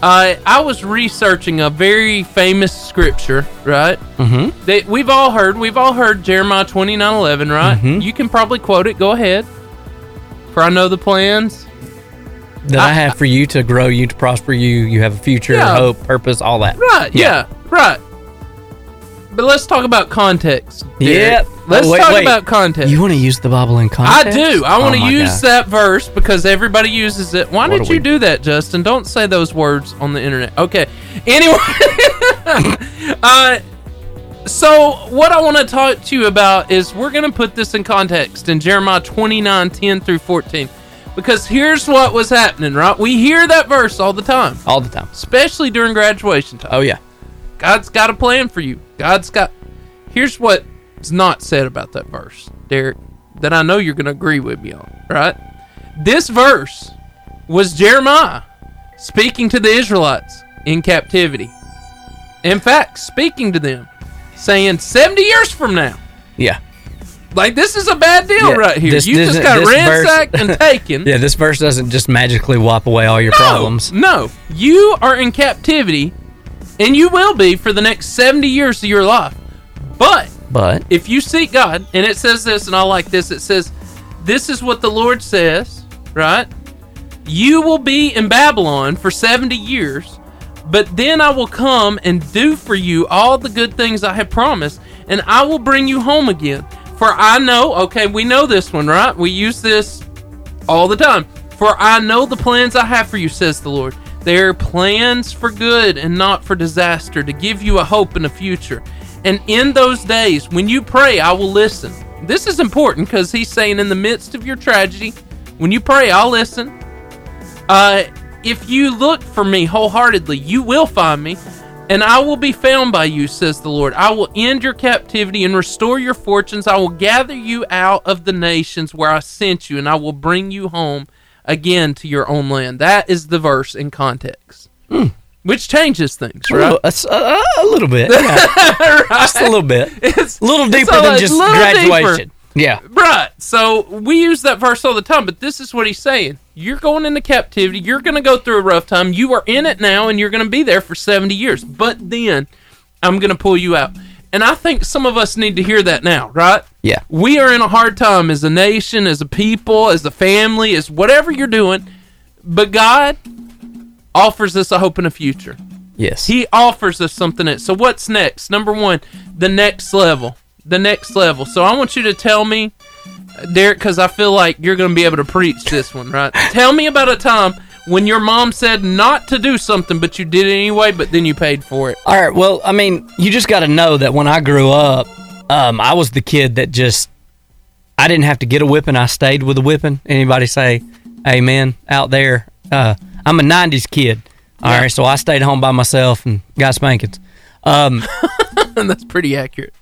Speaker 9: uh, I was researching a very famous scripture, right?
Speaker 3: Mm-hmm.
Speaker 9: That we've all heard. We've all heard Jeremiah twenty nine eleven, right?
Speaker 3: Mhm.
Speaker 9: You can probably quote it. Go ahead. For I know the plans.
Speaker 3: That I, have for you to grow you, to prosper you. You have a future,
Speaker 9: Yeah.
Speaker 3: hope, purpose, all that.
Speaker 9: Right. Yeah. Right. But let's talk about context. Derek.
Speaker 3: Yep.
Speaker 9: Let's
Speaker 3: Oh, wait,
Speaker 9: talk
Speaker 3: wait.
Speaker 9: about context.
Speaker 3: You want to use the Bible in
Speaker 9: I
Speaker 3: context?
Speaker 9: do. I want
Speaker 3: Oh
Speaker 9: to
Speaker 3: my
Speaker 9: use
Speaker 3: God.
Speaker 9: that verse because everybody uses it. Why
Speaker 3: What
Speaker 9: did
Speaker 3: are
Speaker 9: you
Speaker 3: we-
Speaker 9: do that, Justin? Don't say those words on the internet. Okay. Anyway, [laughs] uh, so what I want to talk to you about is we're going to put this in context in Jeremiah 29 10 through 14. Because here's what was happening, right? We hear that verse all the time.
Speaker 3: All the time.
Speaker 9: Especially during graduation time.
Speaker 3: Oh, yeah.
Speaker 9: God's got a plan for you. God's got. Here's what's not said about that verse, Derek, that I know you're going to agree with me on, right? This verse was Jeremiah speaking to the Israelites in captivity. In fact, speaking to them, saying 70 years from now.
Speaker 3: Yeah.
Speaker 9: Like, this is a bad deal
Speaker 3: Yeah,
Speaker 9: right here.
Speaker 3: this-
Speaker 9: you
Speaker 3: this-
Speaker 9: just got
Speaker 3: this verse-
Speaker 9: ransacked
Speaker 3: [laughs]
Speaker 9: and taken.
Speaker 3: Yeah, this verse doesn't just magically wipe away all your
Speaker 9: No,
Speaker 3: problems.
Speaker 9: No, you are in captivity And you will be for the next 70 years of your life. But
Speaker 3: But
Speaker 9: if you seek God, and it says this, and I like this, it says, This is what the Lord says, right? You will be in Babylon for 70 years, but then I will come and do for you all the good things I have promised, and I will bring you home again. For I know, okay, we know this one, right? We use this all the time. For I know the plans I have for you, says the Lord. They are plans for good and not for disaster, to give you a hope and a future. And in those days, when you pray, I will listen. This is important because he's saying, in the midst of your tragedy, when you pray, I'll listen. Uh, if you look for me wholeheartedly, you will find me, and I will be found by you, says the Lord. I will end your captivity and restore your fortunes. I will gather you out of the nations where I sent you, and I will bring you home again to your own land. That is the verse in context, which changes things,
Speaker 3: A
Speaker 9: right?
Speaker 3: little- a, a- a little bit, [laughs] yeah. just a little bit, [laughs] a
Speaker 9: [laughs]
Speaker 3: little deeper
Speaker 9: so
Speaker 3: than
Speaker 9: it's
Speaker 3: just
Speaker 9: little deeper.
Speaker 3: graduation. Yeah,
Speaker 9: Right. So we use that verse all the time, but this is what he's saying. You're going into captivity. You're going to go through a rough time. You are in it now, and you're going to be there for 70 years. But then I'm going to pull you out. And I think some of us need to hear that now, right?
Speaker 3: Yeah.
Speaker 9: We are in a hard time as a nation, as a people, as a family, as whatever you're doing. But God offers us a hope and a future.
Speaker 3: Yes.
Speaker 9: He offers us something. Else. So what's next? Number one, the next level. The next level. So I want you to tell me, Derek, because I feel like you're going to be able to preach this
Speaker 3: [laughs]
Speaker 9: one, right? tell me about a time when your mom said not to do something, but you did it anyway, but then you paid for it. [laughs]
Speaker 3: All right. Well, I mean, you just got to know that when I grew up, um, I was the kid that just I didn't have to get a whipping. I stayed with a whipping. Anybody say amen out there? Uh, I'm a '90s kid. All right, so I stayed home by myself and got spankings. Um,
Speaker 9: That's pretty accurate.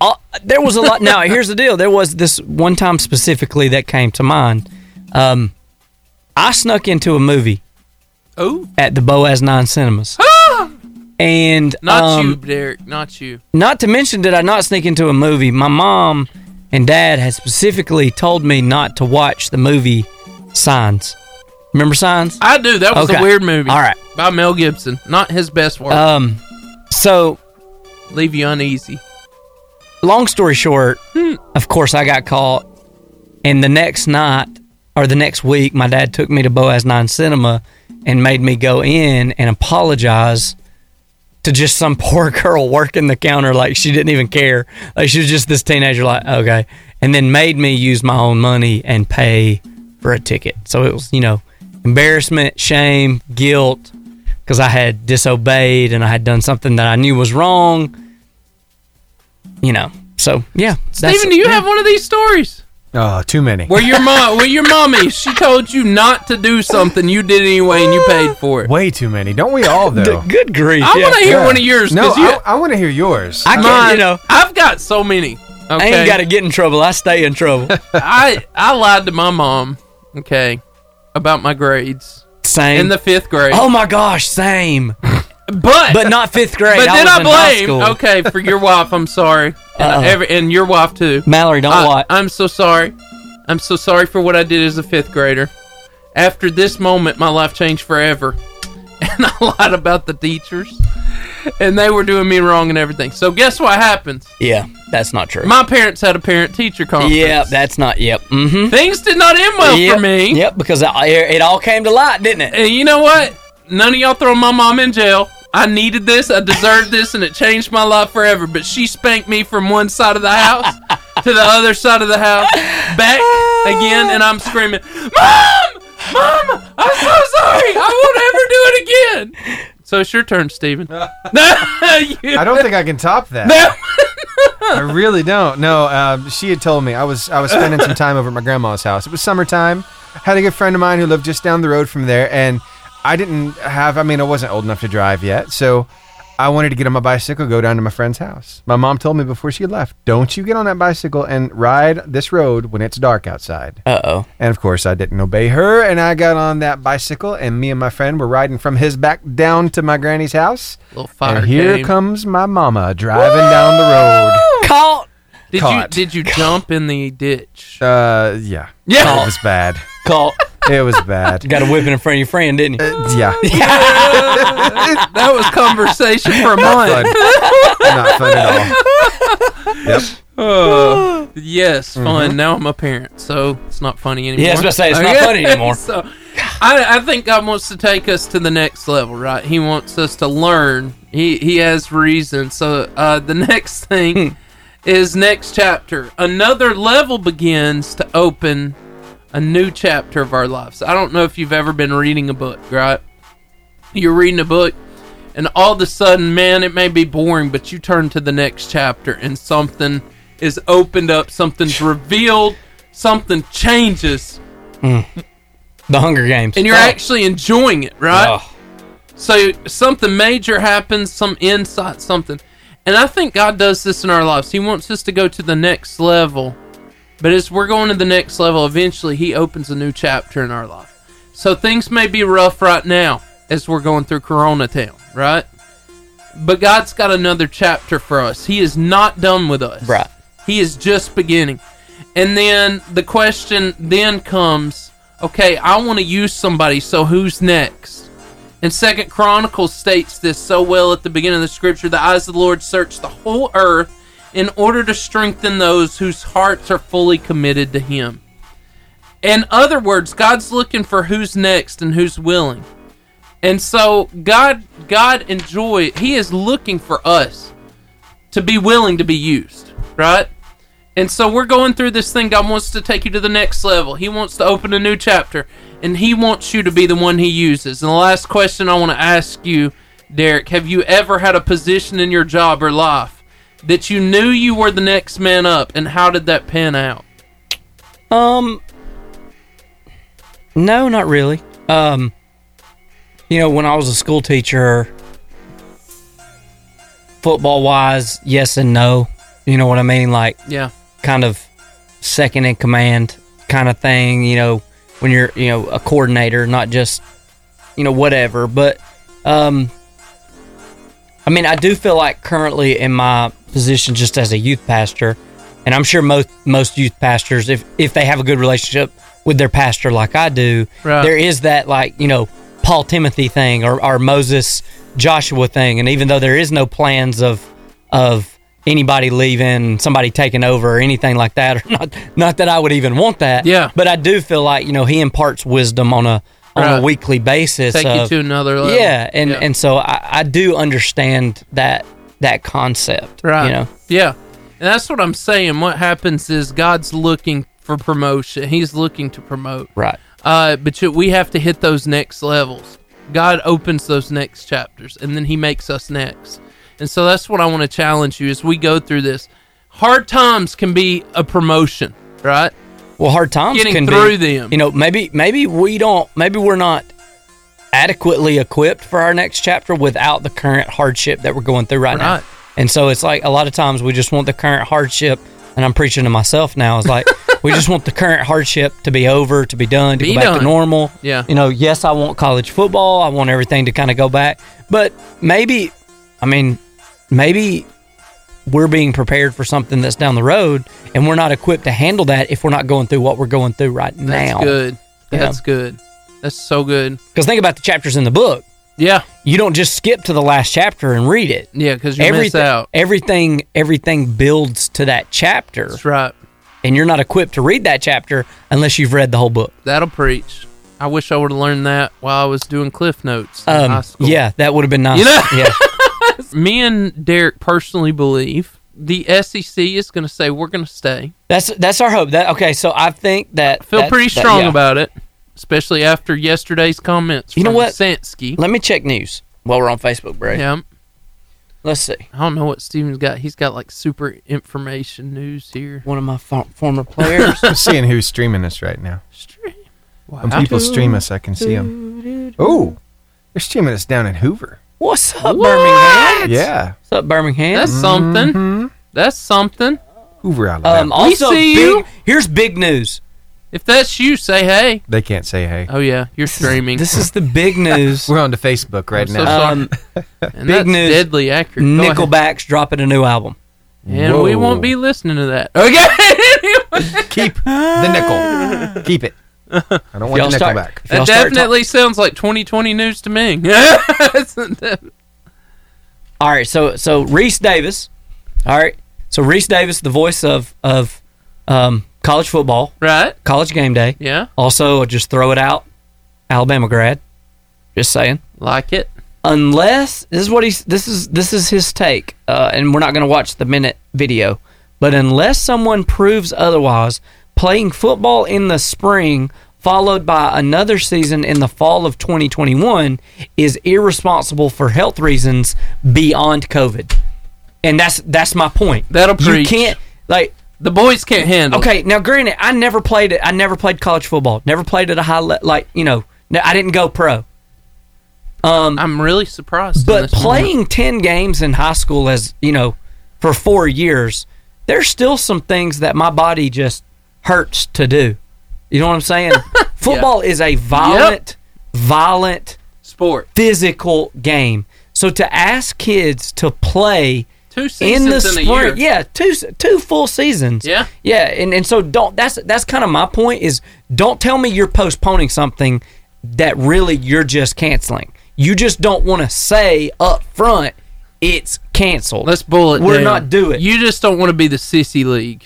Speaker 3: there was a lot. Now, [laughs] here's the deal. There was this one time specifically that came to mind. Um, I snuck into a movie.
Speaker 9: Oh.
Speaker 3: At the Boaz Nine
Speaker 9: [gasps]
Speaker 3: Cinemas. and
Speaker 9: Not
Speaker 3: um,
Speaker 9: you, Derek. Not you.
Speaker 3: not to mention, did I not sneak into a movie? My mom and dad had specifically told me not to watch the movie Signs. Remember Signs?
Speaker 9: I do. That was
Speaker 3: Okay.
Speaker 9: a weird movie.
Speaker 3: All right.
Speaker 9: By Mel Gibson. Not his best work.
Speaker 3: Um, so
Speaker 9: leave you uneasy.
Speaker 3: Long story short, of course, I got caught. And the next night or the next week, my dad took me to Boaz Nine Cinema and made me go in and apologize to just some [laughs] poor girl working the counter like she didn't even care. Like she was just this teenager, like, okay. And then made me use my own money and pay for a ticket. So it was, you know, embarrassment, shame, guilt, because I had disobeyed and I had done something that I knew was wrong. You know, so yeah. that's-
Speaker 9: Steven, do you have one of these stories?
Speaker 5: [laughs] Oh, too many.
Speaker 9: Where your mom, where your mommy, she told you not to do something, you did anyway, and you paid for it.
Speaker 5: Way too many. Don't we [laughs] all though?
Speaker 3: Good grief!
Speaker 9: I want to hear one of yours.
Speaker 5: No,
Speaker 9: 'cause you,
Speaker 5: I, want to hear yours.
Speaker 3: I can't, you know.
Speaker 9: I've got so many.
Speaker 3: I
Speaker 9: Okay.
Speaker 3: ain't got to get in trouble. I stay in trouble.
Speaker 9: I I lied to my mom, okay, about my grades
Speaker 3: Same.
Speaker 9: in the fifth grade.
Speaker 3: oh my gosh, same.
Speaker 9: but
Speaker 3: but not fifth grade.
Speaker 9: But
Speaker 3: I
Speaker 9: then
Speaker 3: was
Speaker 9: I
Speaker 3: in high
Speaker 9: blame
Speaker 3: school. Uh-uh.
Speaker 9: okay for your wife. I'm sorry, and,
Speaker 3: Uh-oh.
Speaker 9: every, and your wife too.
Speaker 3: Mallory, don't
Speaker 9: I,
Speaker 3: lie.
Speaker 9: I'm so sorry. I'm so sorry for what I did as a fifth grader. After this moment, my life changed forever. [laughs] And I lied about the teachers. And they were doing me wrong and everything. So, guess what happens?
Speaker 3: Yeah, that's not true.
Speaker 9: My parents had a parent teacher conference.
Speaker 3: yeah, that's not. Yep. Mm-hmm.
Speaker 9: Things did not end well
Speaker 3: yep,
Speaker 9: for me.
Speaker 3: Yep, because I, it all came to light, didn't it?
Speaker 9: And you know what? None of y'all throw my mom in jail. I needed this. I deserved this, and it changed my life forever. But she spanked me from one side of the house to the other side of the house, back again, and I'm screaming, "Mom, mom, I'm so sorry. I won't ever do it again." So it's your turn, Steven. [laughs]
Speaker 5: I don't think I can top that. I really don't. No, uh, she had told me I was I was spending some time over at my grandma's house. It was summertime. Had a good friend of mine who lived just down the road from there, and I didn't have. I mean, I wasn't old enough to drive yet, so I wanted to get on my bicycle, go down to my friend's house. My mom told me before she left, "Don't you get on that bicycle and ride this road when it's dark outside."
Speaker 3: Uh oh.
Speaker 5: And of course, I didn't obey her, and I got on that bicycle, and me and my friend were riding from his back down to my granny's house.
Speaker 9: Little fire
Speaker 5: and here
Speaker 9: came.
Speaker 5: comes my mama driving down the
Speaker 3: Caught.
Speaker 9: Did you
Speaker 5: Caught. [laughs]
Speaker 9: did you jump in the ditch?
Speaker 5: road. Uh, yeah,
Speaker 9: Yeah.
Speaker 5: it was bad.
Speaker 3: Caught.
Speaker 5: It was bad.
Speaker 3: Got a whipping in front of your friend, didn't you?
Speaker 5: yeah. [laughs]
Speaker 9: that was conversation for [laughs] mine.
Speaker 5: Not fun at all. Yep.
Speaker 9: Oh, yes, fun. Now I'm a parent, so it's not funny anymore.
Speaker 3: Mm-hmm. Yeah, I was about to say, it's
Speaker 9: Oh,
Speaker 3: not
Speaker 9: yeah. [laughs]
Speaker 3: funny anymore.
Speaker 9: So, I, I think God wants to take us to the next level, right? He wants us to learn. He he has reason. So uh, the [laughs] next
Speaker 3: Hmm.
Speaker 9: thing is next chapter. Another level begins to open a new chapter of our lives. I don't know if you've ever been reading a book, right? You're reading a book, and all of a sudden, man, it may be boring, but you turn to the next chapter and something is opened up, something's revealed, something changes,
Speaker 3: The Hunger Games.
Speaker 9: and you're actually enjoying it,
Speaker 3: Oh.
Speaker 9: right? So something major happens, some insight, something. And I think God does this in our lives. He wants us to go to the next level. But as we're going to the next level, eventually He opens a new chapter in our life. So things may be rough right now as we're going through Corona Town, right? But God's got another chapter for us. He is not done with us. Right. He is just beginning. And then the question then comes, okay, I want to use somebody, so who's next? And Second Chronicles states this so well at the beginning of the scripture, the eyes of the Lord search the whole earth in order to strengthen those whose hearts are fully committed to him. In other words, God's looking for who's next and who's willing. And so God God enjoy he is looking for us to be willing to be used, right? And so we're going through this thing. God wants to take you to the next level. He wants to open a new chapter, and He wants you to be the one He uses. And the last question I want to ask you, Derek have you ever had a position in your job or life that you knew you were the next man up, and how did that pan out?
Speaker 3: Um, no, not really. Um, you know, when I was a school teacher, football wise, yes and no. You know what I mean? Like,
Speaker 9: Yeah.
Speaker 3: kind of second in command kind of thing. You know, when you're you know a coordinator, not just you know whatever. But um, I mean, I do feel like currently in my position, just as a youth pastor, and I'm sure most most youth pastors, if if they have a good relationship with their pastor like I do,
Speaker 9: Right.
Speaker 3: there is that like you know Paul Timothy thing or, or Moses Joshua thing, and even though there is no plans of of anybody leaving, somebody taking over, or anything like that, or [laughs] not not that I would even want that, yeah. But I do feel like you know he imparts wisdom on a on
Speaker 9: Right.
Speaker 3: a weekly basis.
Speaker 9: Take you
Speaker 3: of-
Speaker 9: to another level.
Speaker 3: Yeah, and
Speaker 9: Yeah.
Speaker 3: and so I, I do understand that that concept,
Speaker 9: Right.
Speaker 3: You know,
Speaker 9: Yeah. And that's what I'm saying. What happens is God's looking for promotion. He's looking to promote.
Speaker 3: Right.
Speaker 9: Uh, but you, we have to hit those next levels. God opens those next chapters and then he makes us next. And so that's what I want to challenge you as we go through this. Hard times can be a promotion, right?
Speaker 3: Well, hard times
Speaker 9: Getting
Speaker 3: can be-
Speaker 9: through them.
Speaker 3: You know, maybe maybe we don't, maybe we're not adequately equipped for our next chapter without the current hardship that we're going through right,
Speaker 9: Right.
Speaker 3: now. And so it's like a lot of times we just want the current hardship, and I'm preaching to myself now. It's
Speaker 9: [laughs]
Speaker 3: like we just want the current hardship to be over, to be done, to
Speaker 9: Be
Speaker 3: go back
Speaker 9: done.
Speaker 3: to normal.
Speaker 9: Yeah.
Speaker 3: You know, yes, I want college football. I want everything to kind of go back, but maybe, I mean, maybe we're being prepared for something that's down the road and we're not equipped to handle that if we're not going through what we're going through right
Speaker 9: That's
Speaker 3: now.
Speaker 9: good.
Speaker 3: Yeah.
Speaker 9: That's good. That's so good.
Speaker 3: Because think about the chapters in the book.
Speaker 9: Yeah.
Speaker 3: You don't just skip to the last chapter and read it.
Speaker 9: Yeah, because you miss
Speaker 3: Everything-
Speaker 9: out.
Speaker 3: Everything everything builds to that chapter. That's
Speaker 9: right.
Speaker 3: And you're not equipped to read that chapter unless you've read the whole book.
Speaker 9: That'll preach. I wish I would have learned that while I was doing Cliff Notes in high
Speaker 3: Um,
Speaker 9: school.
Speaker 3: yeah, that would have been nice.
Speaker 9: You know?
Speaker 3: Yeah.
Speaker 9: Me and Derek personally believe the SEC is going to say we're going to stay.
Speaker 3: That's that's our hope. That okay, so I think that
Speaker 9: Feel
Speaker 3: that-
Speaker 9: pretty
Speaker 3: that-
Speaker 9: strong
Speaker 3: yeah.
Speaker 9: about it, especially after yesterday's comments.
Speaker 3: You know
Speaker 9: from
Speaker 3: what?
Speaker 9: Sansky.
Speaker 3: Let me check news while we're on Facebook, Bray.
Speaker 9: Yeah.
Speaker 3: Let's see.
Speaker 9: I don't know what Steven's got. He's got like super information news here.
Speaker 3: One of my former players.
Speaker 5: I'm seeing who's streaming us right now. Stream. When
Speaker 9: Wow.
Speaker 5: people stream us, I can see them. Oh, they're streaming us down in Hoover.
Speaker 3: What's up, Birmingham?
Speaker 5: Yeah.
Speaker 3: What's up, Birmingham?
Speaker 9: That's something.
Speaker 3: Mm-hmm.
Speaker 9: That's something.
Speaker 5: Hoover, Alabama.
Speaker 3: Um, also,
Speaker 9: we see
Speaker 3: big-
Speaker 9: you.
Speaker 3: here's big news.
Speaker 9: If that's you, say hey.
Speaker 5: They can't say hey.
Speaker 9: Oh yeah, you're streaming.
Speaker 3: This is the [laughs] big news.
Speaker 5: We're on to Facebook right
Speaker 9: I'm so
Speaker 5: [laughs] now.
Speaker 9: sorry. [laughs]
Speaker 3: big
Speaker 9: And that's
Speaker 3: news.
Speaker 9: Deadly accurate. Go ahead.
Speaker 3: Nickelback's dropping a new album.
Speaker 9: And we
Speaker 3: Whoa.
Speaker 9: won't be listening to that. Okay.
Speaker 3: [laughs]
Speaker 5: Keep the nickel. Keep it. I don't want
Speaker 3: Y'all
Speaker 5: the
Speaker 3: start-
Speaker 5: Nickelback.
Speaker 3: if y'all
Speaker 9: [laughs] That
Speaker 3: start
Speaker 9: definitely sounds like 2020 news to me. [laughs] Yeah.
Speaker 3: All right, so so Reese Davis. All right, so Reese Davis, the voice of of um, college football,
Speaker 9: right?
Speaker 3: College game day.
Speaker 9: Yeah.
Speaker 3: Also, just throw it out. Alabama grad. Just saying.
Speaker 9: Like it.
Speaker 3: Unless this is what he's this is this is his take, uh, and we're not going to watch the minute video, but unless someone proves otherwise, playing football in the spring followed by another season in the fall of 2021 is irresponsible for health reasons beyond COVID, and that's that's my point.
Speaker 9: That'll
Speaker 3: you
Speaker 9: preach.
Speaker 3: can't like
Speaker 9: the boys can't handle.
Speaker 3: Okay, now granted, I never played it. I never played college football. Never played at a high le- like you know. no, I didn't go pro. Um,
Speaker 9: I'm really surprised. in
Speaker 3: But
Speaker 9: this moment.
Speaker 3: playing ten games in high school as you know for four years, there's still some things that my body just hurts to do. You know what I'm saying? football is a violent, violent
Speaker 9: sport,
Speaker 3: physical game. So to ask kids to play
Speaker 9: two
Speaker 3: in the
Speaker 9: seasons in a
Speaker 3: spring,
Speaker 9: year.
Speaker 3: yeah, two s- two full seasons.
Speaker 9: Yeah.
Speaker 3: yeah, and and so don't. That's that's kind of my point is don't tell me you're postponing something that really you're just canceling. You just don't want to say up front it's canceled.
Speaker 9: Let's bullet.
Speaker 3: We're
Speaker 9: down.
Speaker 3: not do it.
Speaker 9: You just don't want to be the sissy league.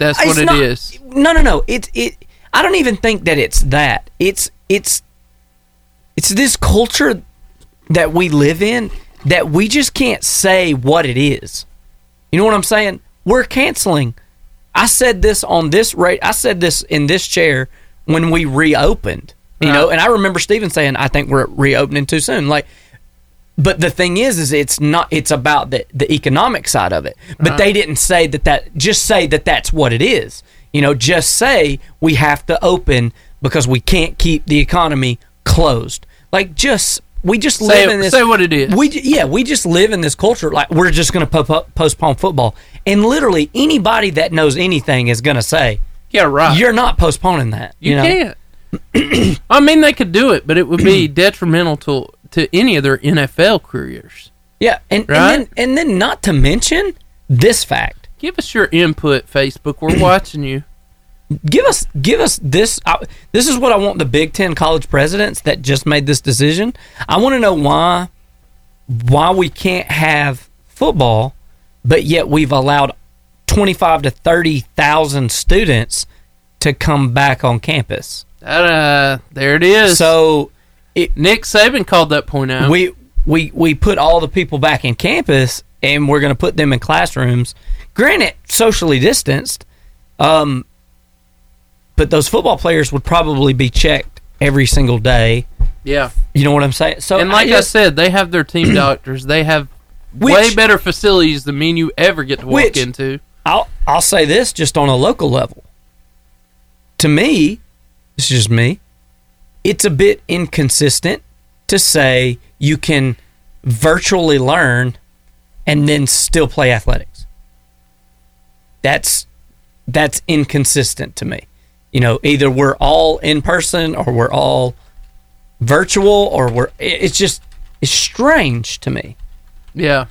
Speaker 9: That's
Speaker 3: It's
Speaker 9: what it is.
Speaker 3: not- No, no, no. It it. I don't even think that it's that. It's it's it's this culture that we live in that we just can't say what it is. You know what I'm saying? We're canceling. I said this on this rate. I said this in this chair when we reopened. You know, and I remember Steven saying, "I think we're reopening too soon." Like, but the thing is, is it's not. It's about the the economic side of it. But
Speaker 9: Right.
Speaker 3: they didn't say that. That just say that that's what it is. You know, just say we have to open because we can't keep the economy closed. Like, just we just
Speaker 9: Say
Speaker 3: live
Speaker 9: it-
Speaker 3: in this.
Speaker 9: say what it is.
Speaker 3: We j- yeah, we just live in this culture. Like, we're just going to po- postpone football, and literally anybody that knows anything is going to say,
Speaker 9: Yeah, right.
Speaker 3: You're not postponing that.
Speaker 9: Uh, You,
Speaker 3: know?
Speaker 9: can't. [clears throat] I mean, they could do it, but it would
Speaker 3: [clears throat]
Speaker 9: be detrimental to to any of their NFL careers.
Speaker 3: Yeah, and,
Speaker 9: Right?
Speaker 3: and then and then not to mention this fact.
Speaker 9: Give us your input, Facebook.
Speaker 3: [clears throat]
Speaker 9: We're watching you.
Speaker 3: Give us give us this. I, this is what I want the Big Ten college presidents that just made this decision. I want to know why why we can't have football, but yet we've allowed twenty five to thirty thousand students to come back on campus.
Speaker 9: That, uh, there it is.
Speaker 3: So
Speaker 9: Nick Saban called that point out.
Speaker 3: we we we put all the people back in campus and we're going to put them in classrooms granted socially distanced um but those football players would probably be checked every single day
Speaker 9: yeah.
Speaker 3: you know what i'm saying so
Speaker 9: and like Oh, I,
Speaker 3: just-
Speaker 9: said, they have their [clears throat] team doctors. They have way
Speaker 3: Which-
Speaker 9: better facilities than me and you ever get to walk
Speaker 3: Which-
Speaker 9: into.
Speaker 3: I'll I'll say this just on a local level. To me, this is just me. It's a bit inconsistent to say you can virtually learn and then still play athletics. That's that's inconsistent to me. You know, either we're all in person or we're all virtual or we're it- it's just it's strange to me.
Speaker 9: Yeah.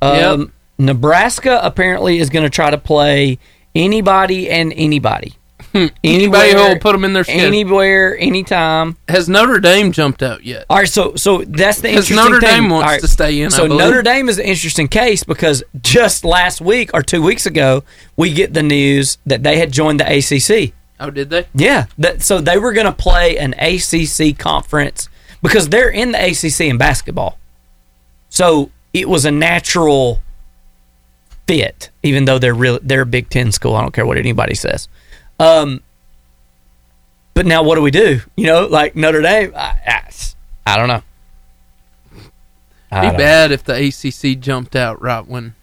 Speaker 3: Um, Nebraska apparently is going to try to play anybody and anybody.
Speaker 9: Hmm. Anybody who will put them in their schedule.
Speaker 3: anywhere, anytime.
Speaker 9: Has Notre Dame jumped out yet?
Speaker 3: All right, so so that's the
Speaker 9: 'Cause
Speaker 3: interesting
Speaker 9: Notre
Speaker 3: thing.
Speaker 9: Dame wants
Speaker 3: All right,
Speaker 9: to stay in, I
Speaker 3: So
Speaker 9: believe.
Speaker 3: Notre Dame is an interesting case because just last week or two weeks ago, we get the news that they had joined the ACC.
Speaker 9: Oh, did they?
Speaker 3: Yeah, that, so they were going to play an ACC conference because they're in the ACC in basketball. So it was a natural fit, even though they're real, they're a Big Ten school. I don't care what anybody says. Um, but now what do we do? You know, like Notre Dame. I, I, I don't know. I
Speaker 9: Be
Speaker 3: don't-
Speaker 9: bad if the ACC jumped out right when.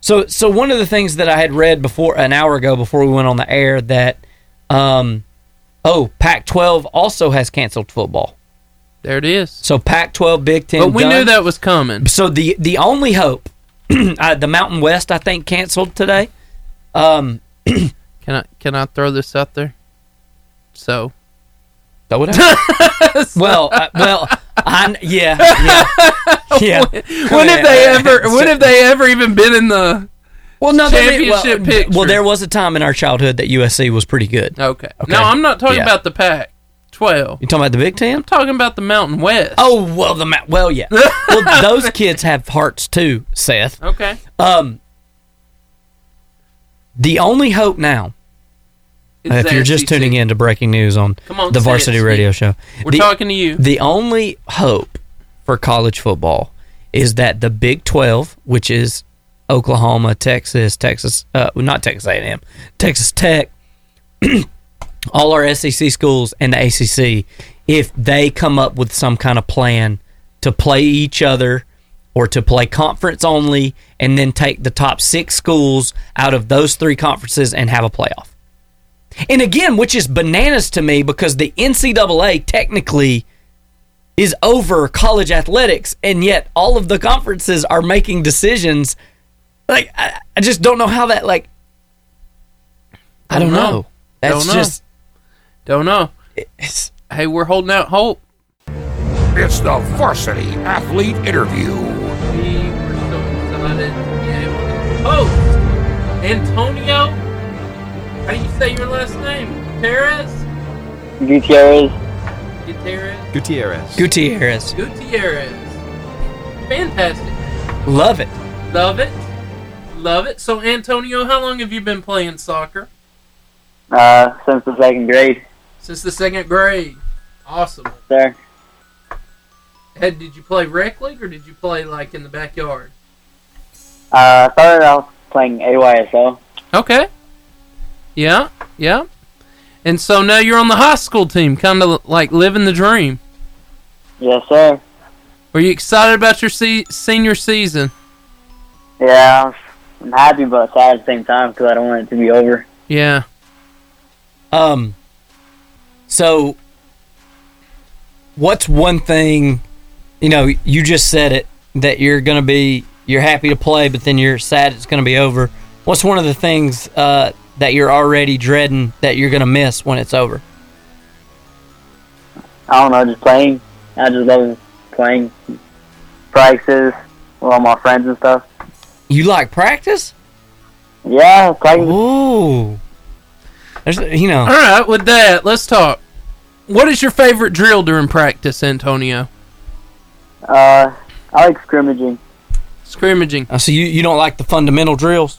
Speaker 3: So, so one of the things that I had read before an hour ago before we went on the air that, um, oh, Pac-12 also has canceled football.
Speaker 9: There it is.
Speaker 3: So Pac-12, Big Ten.
Speaker 9: But we knew
Speaker 3: done.
Speaker 9: that was coming.
Speaker 3: So the the only hope, [clears throat] uh, the Mountain West, I think, canceled today. Um,
Speaker 9: Can I can I throw this out there? So
Speaker 3: throw it
Speaker 9: [laughs]
Speaker 3: out. well, uh, well, I yeah, yeah, yeah.
Speaker 9: [laughs] when have they ever? When have they ever even been in the
Speaker 3: Well, no, there, well,
Speaker 9: championship picture. Oh.
Speaker 3: well, there was a time in our childhood that USC was pretty good.
Speaker 9: Okay. No, I'm not talking
Speaker 3: Yeah.
Speaker 9: about the pack. Twelve.
Speaker 3: You talking about the Big Ten? I'm
Speaker 9: talking about the Mountain West.
Speaker 3: Oh well, the Mount. Well,
Speaker 9: [laughs]
Speaker 3: yeah. well, those kids have hearts too, Seth.
Speaker 9: Okay.
Speaker 3: Um, the only hope now,
Speaker 9: Is
Speaker 3: if
Speaker 9: the
Speaker 3: you're just
Speaker 9: SEC.
Speaker 3: tuning in to breaking news on,
Speaker 9: Come on,
Speaker 3: the
Speaker 9: say it,
Speaker 3: Varsity
Speaker 9: Steve.
Speaker 3: Radio Show,
Speaker 9: We're
Speaker 3: the-
Speaker 9: talking to you.
Speaker 3: The only hope for college football is that the Big Twelve, which is Oklahoma, Texas, Texas, uh, well, not Texas A&M, Texas Tech, [clears throat] all our SEC schools and the ACC, if they come up with some kind of plan to play each other or to play conference only and then take the top six schools out of those three conferences and have a playoff. And again, which is bananas to me because the NCAA technically is over college athletics, and yet all of the conferences are making decisions. Like, I, I just don't know how that, like, I don't know. That's
Speaker 9: Don't know.
Speaker 3: just.
Speaker 9: Don't know. hey, we're holding out hope.
Speaker 1: It's the varsity athlete interview.
Speaker 9: Oh, Antonio. How do you say your last name? Perez.
Speaker 8: Gutierrez.
Speaker 9: Gutierrez.
Speaker 5: Gutierrez.
Speaker 3: Gutierrez.
Speaker 9: Gutierrez. Fantastic.
Speaker 3: Love it.
Speaker 9: Love it. Love it. So, Antonio, how long have you been playing soccer?
Speaker 8: Uh, since the second grade.
Speaker 9: Since the second grade. Awesome.
Speaker 8: Sir.
Speaker 9: Ed, did you play rec league or did you play like in the backyard?
Speaker 8: Uh, started off playing AYSO.
Speaker 9: Okay. Yeah. Yeah. And so now you're on the high school team, kind of like living the dream.
Speaker 8: Yes, sir.
Speaker 9: Were you excited about your se- senior season?
Speaker 8: Yeah, I'm happy but sad at the same time because I don't want it to be over.
Speaker 9: Yeah.
Speaker 3: Um. So, what's one thing? You know, you just said it that you're gonna be you're happy to play, but then you're sad it's gonna be over. What's one of the things uh, that you're already dreading that you're gonna miss when it's over?
Speaker 8: I don't know, just playing. I just love playing practices with all my friends and stuff.
Speaker 3: You like practice?
Speaker 8: Yeah, practice.
Speaker 3: Ooh. There's, you know.
Speaker 9: All right, with that, let's talk. What is your favorite drill during practice, Antonio?
Speaker 8: Uh, I like scrimmaging.
Speaker 9: Scrimmaging.
Speaker 3: so you you don't like the fundamental drills?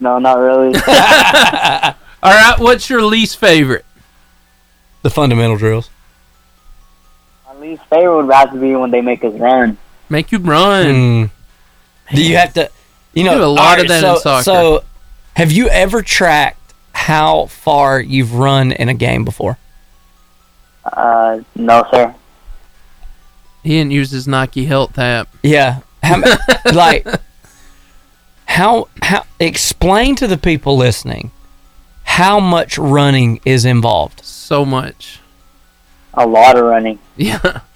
Speaker 8: No, not really.
Speaker 9: All right, what's your least favorite?
Speaker 3: The fundamental drills.
Speaker 8: my least favorite would have to be when they make us run.
Speaker 9: Make you run.
Speaker 3: Hmm. Do you have to? You know,
Speaker 9: do a lot
Speaker 3: alright,
Speaker 9: of that
Speaker 3: so,
Speaker 9: in soccer.
Speaker 3: So, have you ever tracked how far you've run in a game before?
Speaker 8: Uh, no, sir.
Speaker 9: He didn't use his Nike Health app.
Speaker 3: Yeah. How, ma-
Speaker 9: [laughs]
Speaker 3: like, how how explain to the people listening how much running is involved?
Speaker 9: So much.
Speaker 8: A lot of running.
Speaker 9: Yeah. [laughs]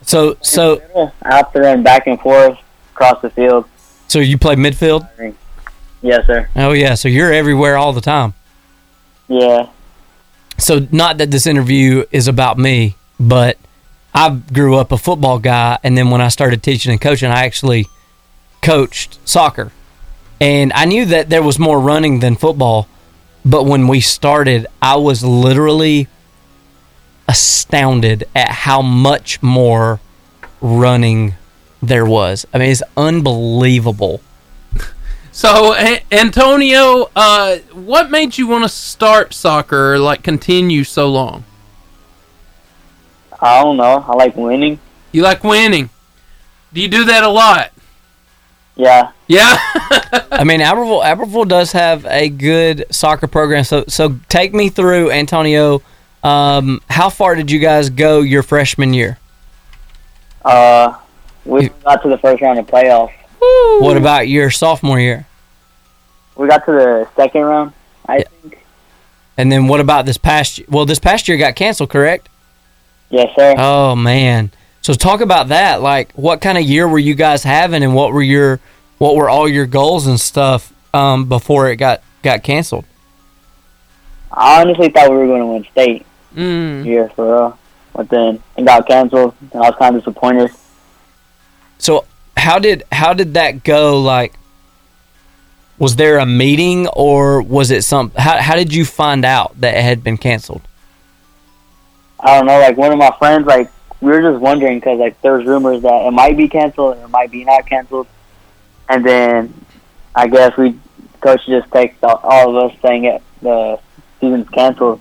Speaker 3: So so
Speaker 8: I have to run back and forth across the field.
Speaker 3: so you play midfield?
Speaker 8: Yes, sir.
Speaker 3: Oh yeah. So you're everywhere all the time.
Speaker 8: Yeah.
Speaker 3: so not that this interview is about me, but I grew up a football guy, and then when I started teaching and coaching, I actually coached soccer, and I knew that there was more running than football. But when we started, I was literally astounded at how much more running there was. I mean, it's unbelievable.
Speaker 9: So, A- Antonio, uh, what made you want to start soccer, or, like continue so long?
Speaker 8: I don't know. I like winning.
Speaker 9: You like winning. Do you do that a lot?
Speaker 8: Yeah.
Speaker 9: Yeah.
Speaker 3: I mean, Albertville, Albertville does have a good soccer program. So, so take me through, Antonio. Um, how far did you guys go your freshman year?
Speaker 8: Uh, we got to the first round of playoffs.
Speaker 3: What about your sophomore year?
Speaker 8: We got to the second round. I think.
Speaker 3: And then what about this past? Well, this past year got canceled, correct?
Speaker 8: Yes, sir.
Speaker 3: Oh man. So talk about that. Like, what kind of year were you guys having, and what were your, what were all your goals and stuff um, before it got got canceled?
Speaker 8: I honestly thought we were going to win state.
Speaker 9: Mm.
Speaker 8: Yeah, for real. But then it got canceled, and I was kind of disappointed.
Speaker 3: So how did how did that go? Like, Was there a meeting or was it some? How, how did you find out that it had been canceled?
Speaker 8: I don't know. Like one of my friends, like we were just wondering because like there's rumors that it might be canceled and it might be not canceled, and then I guess we coach just texted all- all of us saying it the season's canceled.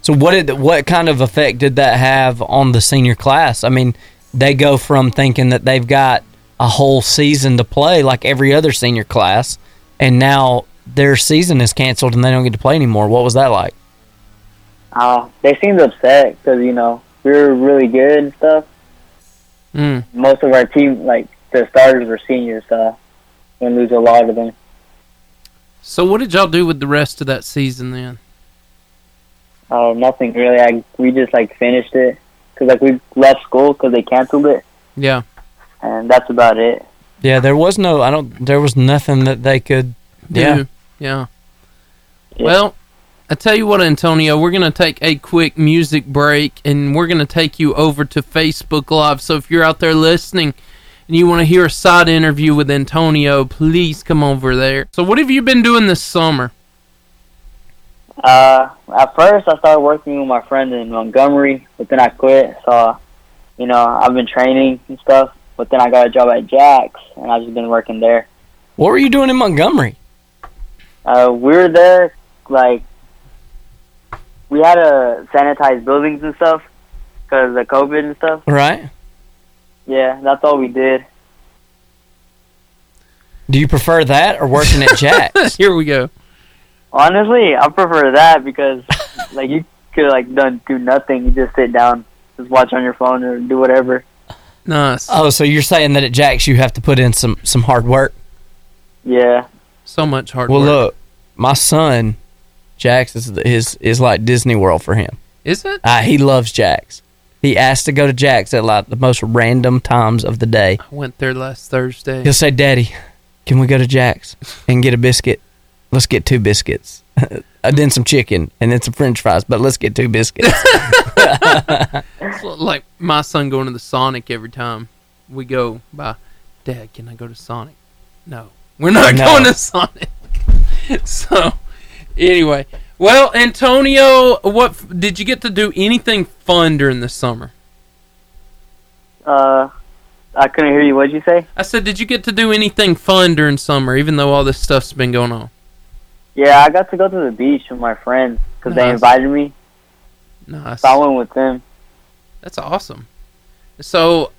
Speaker 3: So what did what kind of effect did that have on the senior class? I mean, they go from thinking that they've got a whole season to play like every other senior class, and now their season is canceled and they don't get to play anymore. What was that like?
Speaker 8: Uh, they seemed upset because you know we were really good and stuff.
Speaker 3: Mm.
Speaker 8: Most of our team, like the starters, were seniors, so we lose a lot of them.
Speaker 9: So what did y'all do with the rest of that season then?
Speaker 8: Uh, nothing really. I we just like finished it because like we left school because they canceled it,
Speaker 9: Yeah.
Speaker 8: and that's about it.
Speaker 3: Yeah, there was no I don't there was nothing that they could yeah.
Speaker 9: Do. Yeah. Well, I tell you what, Antonio, we're going to take a quick music break and we're going to take you over to Facebook Live. So if you're out there listening and you want to hear a side interview with Antonio, please come over there. So, what have you been doing this summer? [laughs]
Speaker 8: Uh, at first, I started working with my friend in Montgomery, but then I quit. So, you know, I've been training and stuff, but then I got a job at Jack's, and I've just been working there.
Speaker 3: What were you doing in Montgomery?
Speaker 8: Uh, we were there, like, we had to sanitize buildings and stuff because of COVID and stuff.
Speaker 3: Right?
Speaker 8: Yeah, that's all we did.
Speaker 3: Do you prefer that or working at [laughs] Jack's?
Speaker 9: Here we go.
Speaker 8: Honestly, I prefer that because, [laughs] like, you could like done do nothing. You just sit down, just watch on your phone, or do whatever.
Speaker 9: Nice.
Speaker 3: Oh, so you're saying that at Jack's you have to put in some some hard work.
Speaker 8: Yeah.
Speaker 9: So much hard
Speaker 3: well,
Speaker 9: work.
Speaker 3: look, my son, Jax is is is like Disney World for him.
Speaker 9: Is it?
Speaker 3: Uh, he loves Jax. He asks to go to Jax at like the most random times of the day.
Speaker 9: I went there last Thursday.
Speaker 3: He'll say, "Daddy, can we go to Jax and get a biscuit? Let's get two biscuits." [laughs] And then some chicken, and then some French fries. But let's get two
Speaker 9: [laughs]
Speaker 3: biscuits.
Speaker 9: It's like my son going to the Sonic every time we go by. Dad, can I go to Sonic? No, we're not
Speaker 12: No.
Speaker 9: going to Sonic. [laughs] so, anyway, well, Antonio, what f- did you get to do anything fun during the summer?
Speaker 8: Uh, I couldn't hear you. What'd you say?
Speaker 9: I said, did you get to do anything fun during summer, even though all this stuff's been going on?
Speaker 8: Yeah, I got to go to the beach with my friends because they
Speaker 9: Nice.
Speaker 8: invited me.
Speaker 9: Nice.
Speaker 8: So I went with them.
Speaker 9: That's awesome. So,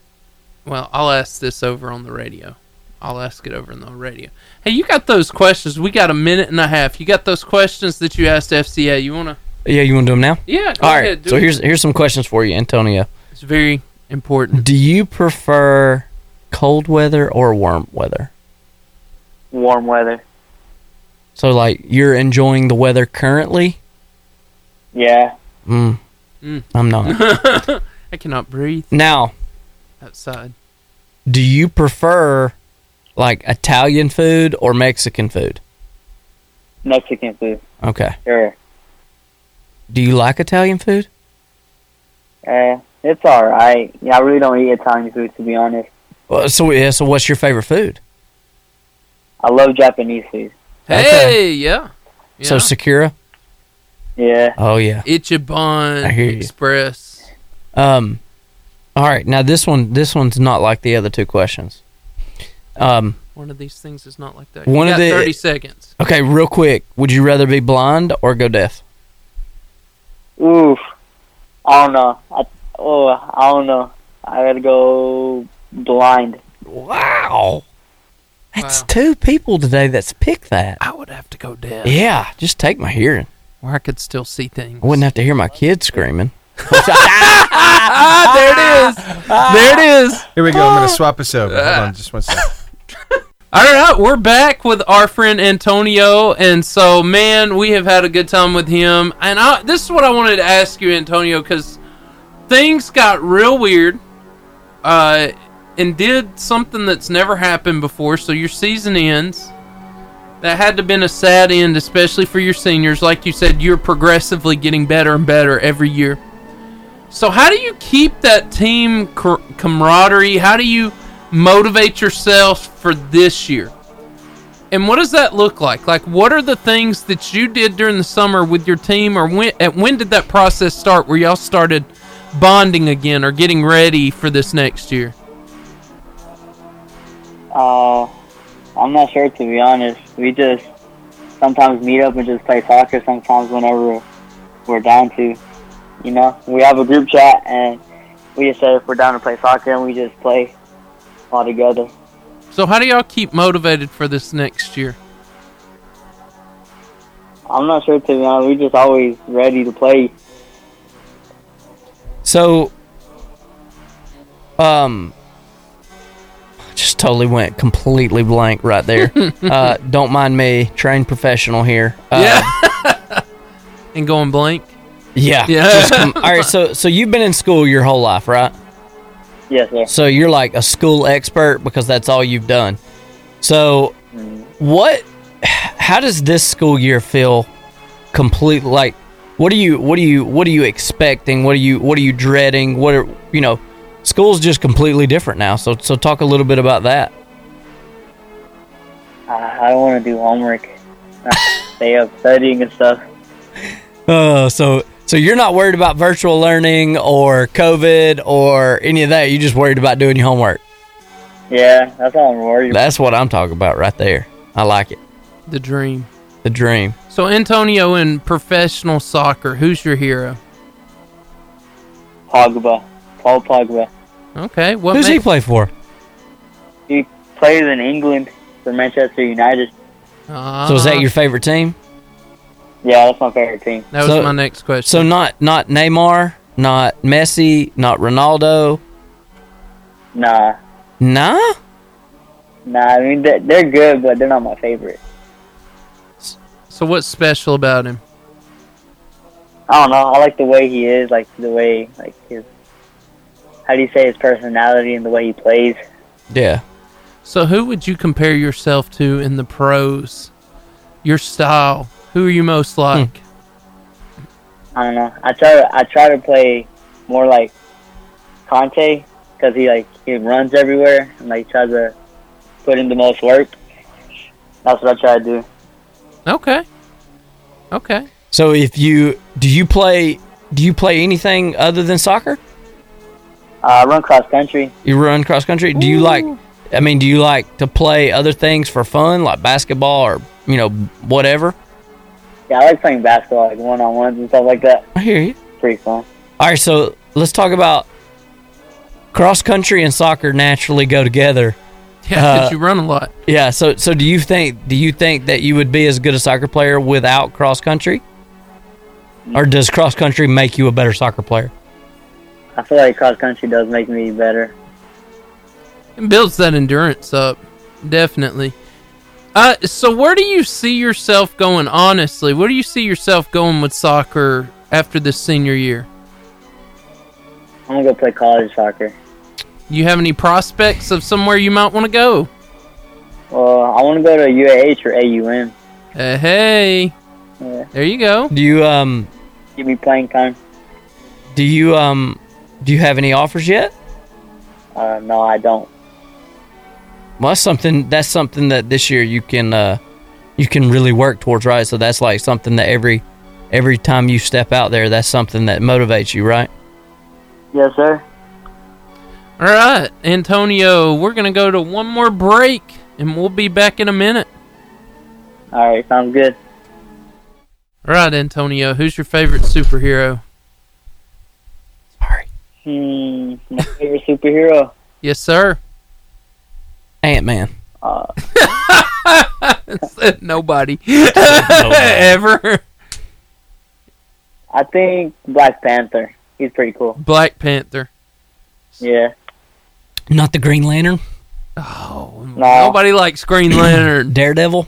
Speaker 9: well, I'll ask this over on the radio. I'll ask it over on the radio. Hey, you got those questions? We got a minute and a half. You got those questions that you asked FCA. You wanna?
Speaker 3: yeah, you want to do them now?
Speaker 9: Yeah, go
Speaker 3: All right.
Speaker 9: ahead, do
Speaker 3: so
Speaker 9: it.
Speaker 3: here's here's some questions for you, Antonio.
Speaker 9: It's very
Speaker 3: [laughs]
Speaker 9: important. [laughs]
Speaker 3: Do you prefer cold weather or warm weather?
Speaker 8: Warm weather.
Speaker 3: So like you're enjoying the weather currently?
Speaker 8: Yeah.
Speaker 3: Mm,
Speaker 9: Mm.
Speaker 3: I'm not.
Speaker 9: I cannot breathe
Speaker 3: now,
Speaker 9: outside.
Speaker 3: do you prefer like Italian food or Mexican food?
Speaker 8: Mexican food.
Speaker 3: Okay.
Speaker 8: Sure.
Speaker 3: Do you like Italian food?
Speaker 8: Uh, it's all right. Yeah, I really don't eat Italian food to be honest.
Speaker 3: Well, so yeah, so what's your favorite food?
Speaker 8: I love Japanese food.
Speaker 9: Hey, yeah.
Speaker 3: So
Speaker 9: Yeah.
Speaker 3: Sakura?
Speaker 8: Yeah.
Speaker 3: Oh yeah.
Speaker 9: Ichiban
Speaker 3: I hear you.
Speaker 9: Express.
Speaker 3: Um All right, now this one this one's not like the other two questions. Um
Speaker 9: One of these things is not like that.
Speaker 3: one
Speaker 9: you
Speaker 3: of
Speaker 9: got
Speaker 3: the
Speaker 9: 30 seconds.
Speaker 3: Okay, real quick. Would you rather be blind or go deaf?
Speaker 8: Oof. I don't know. I, oh, I don't know. I gotta go blind.
Speaker 3: Wow. That's two people today that's picked that.
Speaker 9: I would have to go deaf.
Speaker 3: Yeah, just take my hearing.
Speaker 9: Where I could still see things.
Speaker 3: I wouldn't have to hear my kids screaming.
Speaker 9: ah, there it is. There it is.
Speaker 5: Here we go. I'm going
Speaker 3: Ah.
Speaker 5: to swap us over. Hold on, just one second.
Speaker 9: All right, we're back with our friend Antonio, and so man, we have had a good time with him. And I, this is what I wanted to ask you, Antonio, because things got real weird, uh, and did something that's never happened before. So your season ends. That had to been a sad end, especially for your seniors. Like you said, you're progressively getting better and better every year. So how do you keep that team cr- camaraderie? How do you motivate yourself for this year? And what does that look like? Like, what are the things that you did during the summer with your team, or when? At when did that process start? Where y'all started bonding again, or getting ready for this next year?
Speaker 8: Uh, I'm not sure to be honest. We just sometimes meet up and just play soccer. Sometimes whenever we're down to, you know, we have a group chat and we just say if we're down to play soccer and we just play all together.
Speaker 9: So, how do y'all keep motivated for this next year?
Speaker 8: I'm not sure to be honest. We're just always ready to play.
Speaker 3: So, um, just totally went completely blank right there. uh, don't mind me, trained professional here. Uh,
Speaker 9: [laughs] and going blank.
Speaker 3: Yeah.
Speaker 9: Yeah.
Speaker 3: just com- all right. So, so you've been in school your whole life, right?
Speaker 8: Yes, sir.
Speaker 3: So you're like a school expert because that's all you've done. So, what? How does this school year feel? Complete like, what do you? What do you? What are you expecting? What are you? What are you dreading? What are you know? School's just completely different now. So, so talk a little bit about that.
Speaker 8: I I don't want to do homework. Stay up studying and stuff.
Speaker 3: Oh, so so you're not worried about virtual learning or COVID or any of that. You're just worried about doing your homework.
Speaker 8: Yeah, that's all I'm worried about.
Speaker 3: That's what I'm talking about right there. I like it.
Speaker 9: The dream.
Speaker 3: The dream.
Speaker 9: So, Antonio, in professional soccer, who's your hero?
Speaker 8: Pogba, Paul Pogba.
Speaker 9: Okay, what
Speaker 3: Who's he
Speaker 9: makes-
Speaker 3: play for?
Speaker 8: He plays in England for Manchester United.
Speaker 9: Ah.
Speaker 3: So
Speaker 9: Uh-huh.
Speaker 3: is that your favorite team?
Speaker 8: Yeah, that's my favorite team.
Speaker 9: That was
Speaker 3: So-
Speaker 9: my next question.
Speaker 3: So not not Neymar, not Messi, not Ronaldo.
Speaker 8: Nah,
Speaker 3: Nah.
Speaker 8: nah. I mean, they're, they're good, but they're not my favorite.
Speaker 9: So, what's special about him?
Speaker 8: I don't know. I like the way he is, like the way, like his, how do you say his personality and the way he plays.
Speaker 3: Yeah.
Speaker 9: So, who would you compare yourself to in the pros? Your style. Who are you
Speaker 3: Hmm.
Speaker 9: most like?
Speaker 8: I don't know. I try, I try to play more like Conte because he like he runs everywhere and like tries to put in the most work. That's what I try to do.
Speaker 9: Okay. Okay. [laughs]
Speaker 3: So if you do you play do you play anything other than soccer?
Speaker 8: Uh, I run cross country.
Speaker 3: You run cross country? Do you like I mean, do you like to play other things for fun like basketball or, you know, whatever?
Speaker 8: Yeah, I like playing basketball, like one on ones and stuff like that.
Speaker 3: I hear you.
Speaker 8: Pretty fun.
Speaker 3: All right, so let's talk about cross country and soccer naturally go together.
Speaker 9: Yeah,
Speaker 3: Uh,
Speaker 9: 'cause you run a lot.
Speaker 3: Yeah, so so do you think do you think that you would be as good a soccer player without cross country? Or does cross country make you a better soccer player?
Speaker 8: I feel like cross country does make me better.
Speaker 9: It builds that endurance up. Definitely. Uh, so, where do you see yourself going, honestly? Where do you see yourself going with soccer after this senior year?
Speaker 8: I'm gonna go play college soccer.
Speaker 9: You have any prospects of somewhere you might want to go?
Speaker 8: Well, Uh, I want to go to UAH or AUM.
Speaker 9: Uh, hey.
Speaker 8: Yeah.
Speaker 9: There you go.
Speaker 3: Do you um
Speaker 8: Give me playing time.
Speaker 3: do you um do you have any offers yet?
Speaker 8: Uh, no, I don't.
Speaker 3: Well, that's something that's something that this year you can uh you can really work towards, right? So that's like something that every every time you step out there, that's something that motivates you, right?
Speaker 8: Yes, sir.
Speaker 9: All right, Antonio, we're going to go to one more break and we'll be back in a minute.
Speaker 8: All right, sounds good.
Speaker 9: All right, Antonio, who's your favorite superhero?
Speaker 8: Hmm, [laughs] my favorite superhero.
Speaker 9: Yes, sir. [laughs]
Speaker 3: Ant Man.
Speaker 8: Uh,
Speaker 9: Nobody. [laughs] Ever.
Speaker 8: I think Black Panther. He's pretty cool.
Speaker 9: Black Panther.
Speaker 8: Yeah.
Speaker 3: Not the Green Lantern.
Speaker 8: No,
Speaker 9: Nobody likes Green Lantern.
Speaker 3: Daredevil.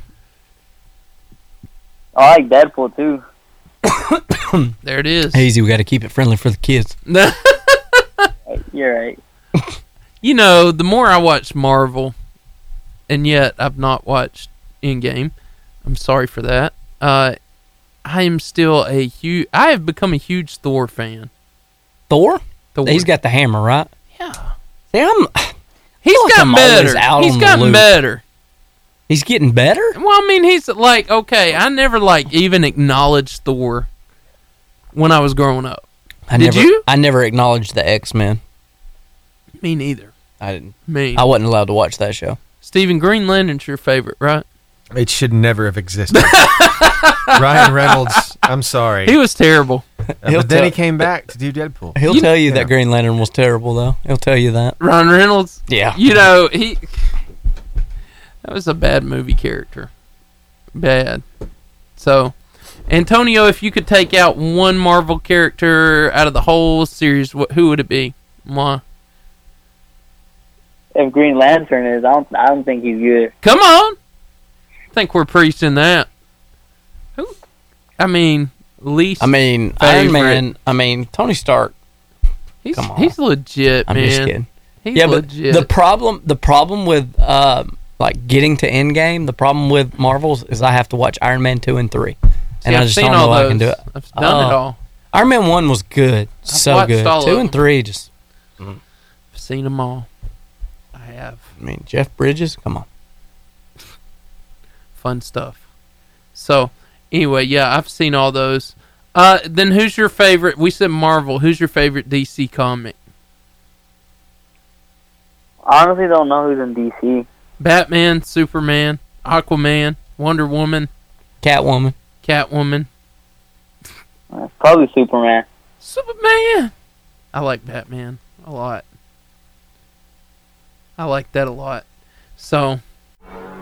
Speaker 8: I like Deadpool too.
Speaker 9: There it is.
Speaker 3: Easy, we got to keep it friendly for the kids.
Speaker 8: You're right.
Speaker 9: [laughs] you know, the more I watch Marvel, and yet I've not watched Endgame. I'm sorry for that. Uh, I am still a huge. I have become a huge Thor fan.
Speaker 3: Thor?
Speaker 9: Thor.
Speaker 3: He's got the hammer, right?
Speaker 9: Yeah.
Speaker 3: See, I'm.
Speaker 9: He's [sighs]
Speaker 3: like I'm
Speaker 9: gotten
Speaker 3: always
Speaker 9: better.
Speaker 3: out
Speaker 9: He's
Speaker 3: on the
Speaker 9: gotten
Speaker 3: loop.
Speaker 9: better.
Speaker 3: He's getting better?
Speaker 9: Well, I mean, he's like, okay, I never like even acknowledged Thor when I was growing up.
Speaker 3: I
Speaker 9: Did
Speaker 3: never,
Speaker 9: you?
Speaker 3: I never acknowledged the X Men.
Speaker 9: Me neither.
Speaker 3: I didn't.
Speaker 9: Me.
Speaker 3: I wasn't allowed to watch that show.
Speaker 9: Stephen Green Lantern's your favorite, right?
Speaker 5: It should never
Speaker 3: [laughs]
Speaker 5: have existed. Ryan Reynolds, I'm sorry. Uh,
Speaker 9: He was terrible.
Speaker 3: He'll
Speaker 5: but then he
Speaker 3: tell-
Speaker 5: came back to do Deadpool.
Speaker 3: He'll tell you that Green Lantern was terrible, though. He'll tell you that.
Speaker 9: Ryan Reynolds.
Speaker 3: Yeah. [laughs]
Speaker 9: You know, he that was a bad movie character. Bad. So, Antonio, if you could take out one Marvel character out of the whole series, wh- who would it be? Why?
Speaker 8: If Green Lantern is, I don't, I don't think he's good.
Speaker 9: Come on. I think we're preaching that. Who? I mean, least.
Speaker 3: I mean, Iron Man. I mean, Tony Stark.
Speaker 9: He's,
Speaker 3: Come on.
Speaker 9: he's legit,
Speaker 3: I'm
Speaker 9: man.
Speaker 3: just kidding.
Speaker 9: He's
Speaker 3: yeah,
Speaker 9: legit.
Speaker 3: but the problem, the problem with um, like getting to Endgame, the problem with Marvels is I have to watch Iron Man two and three, and I
Speaker 9: See, I've
Speaker 3: just
Speaker 9: seen
Speaker 3: don't know
Speaker 9: all
Speaker 3: if I can do
Speaker 9: those.
Speaker 3: it. Oh.
Speaker 9: I've done it all.
Speaker 3: Iron Man one was good, so
Speaker 9: watched
Speaker 3: good.
Speaker 9: all of
Speaker 3: Two and
Speaker 9: them.
Speaker 3: three, just
Speaker 9: I've seen them all. I have.
Speaker 3: I mean, Jeff Bridges, come on.
Speaker 9: fun stuff. So, anyway, yeah, I've seen all those. Uh, then who's your favorite? We said Marvel. Who's your favorite DC comic?
Speaker 8: I honestly don't know who's in DC.
Speaker 9: Batman, Superman, Aquaman, Wonder Woman,
Speaker 3: Catwoman,
Speaker 9: Catwoman.
Speaker 8: Uh, Probably Superman.
Speaker 9: Superman. I like Batman a lot. I like that a lot. So,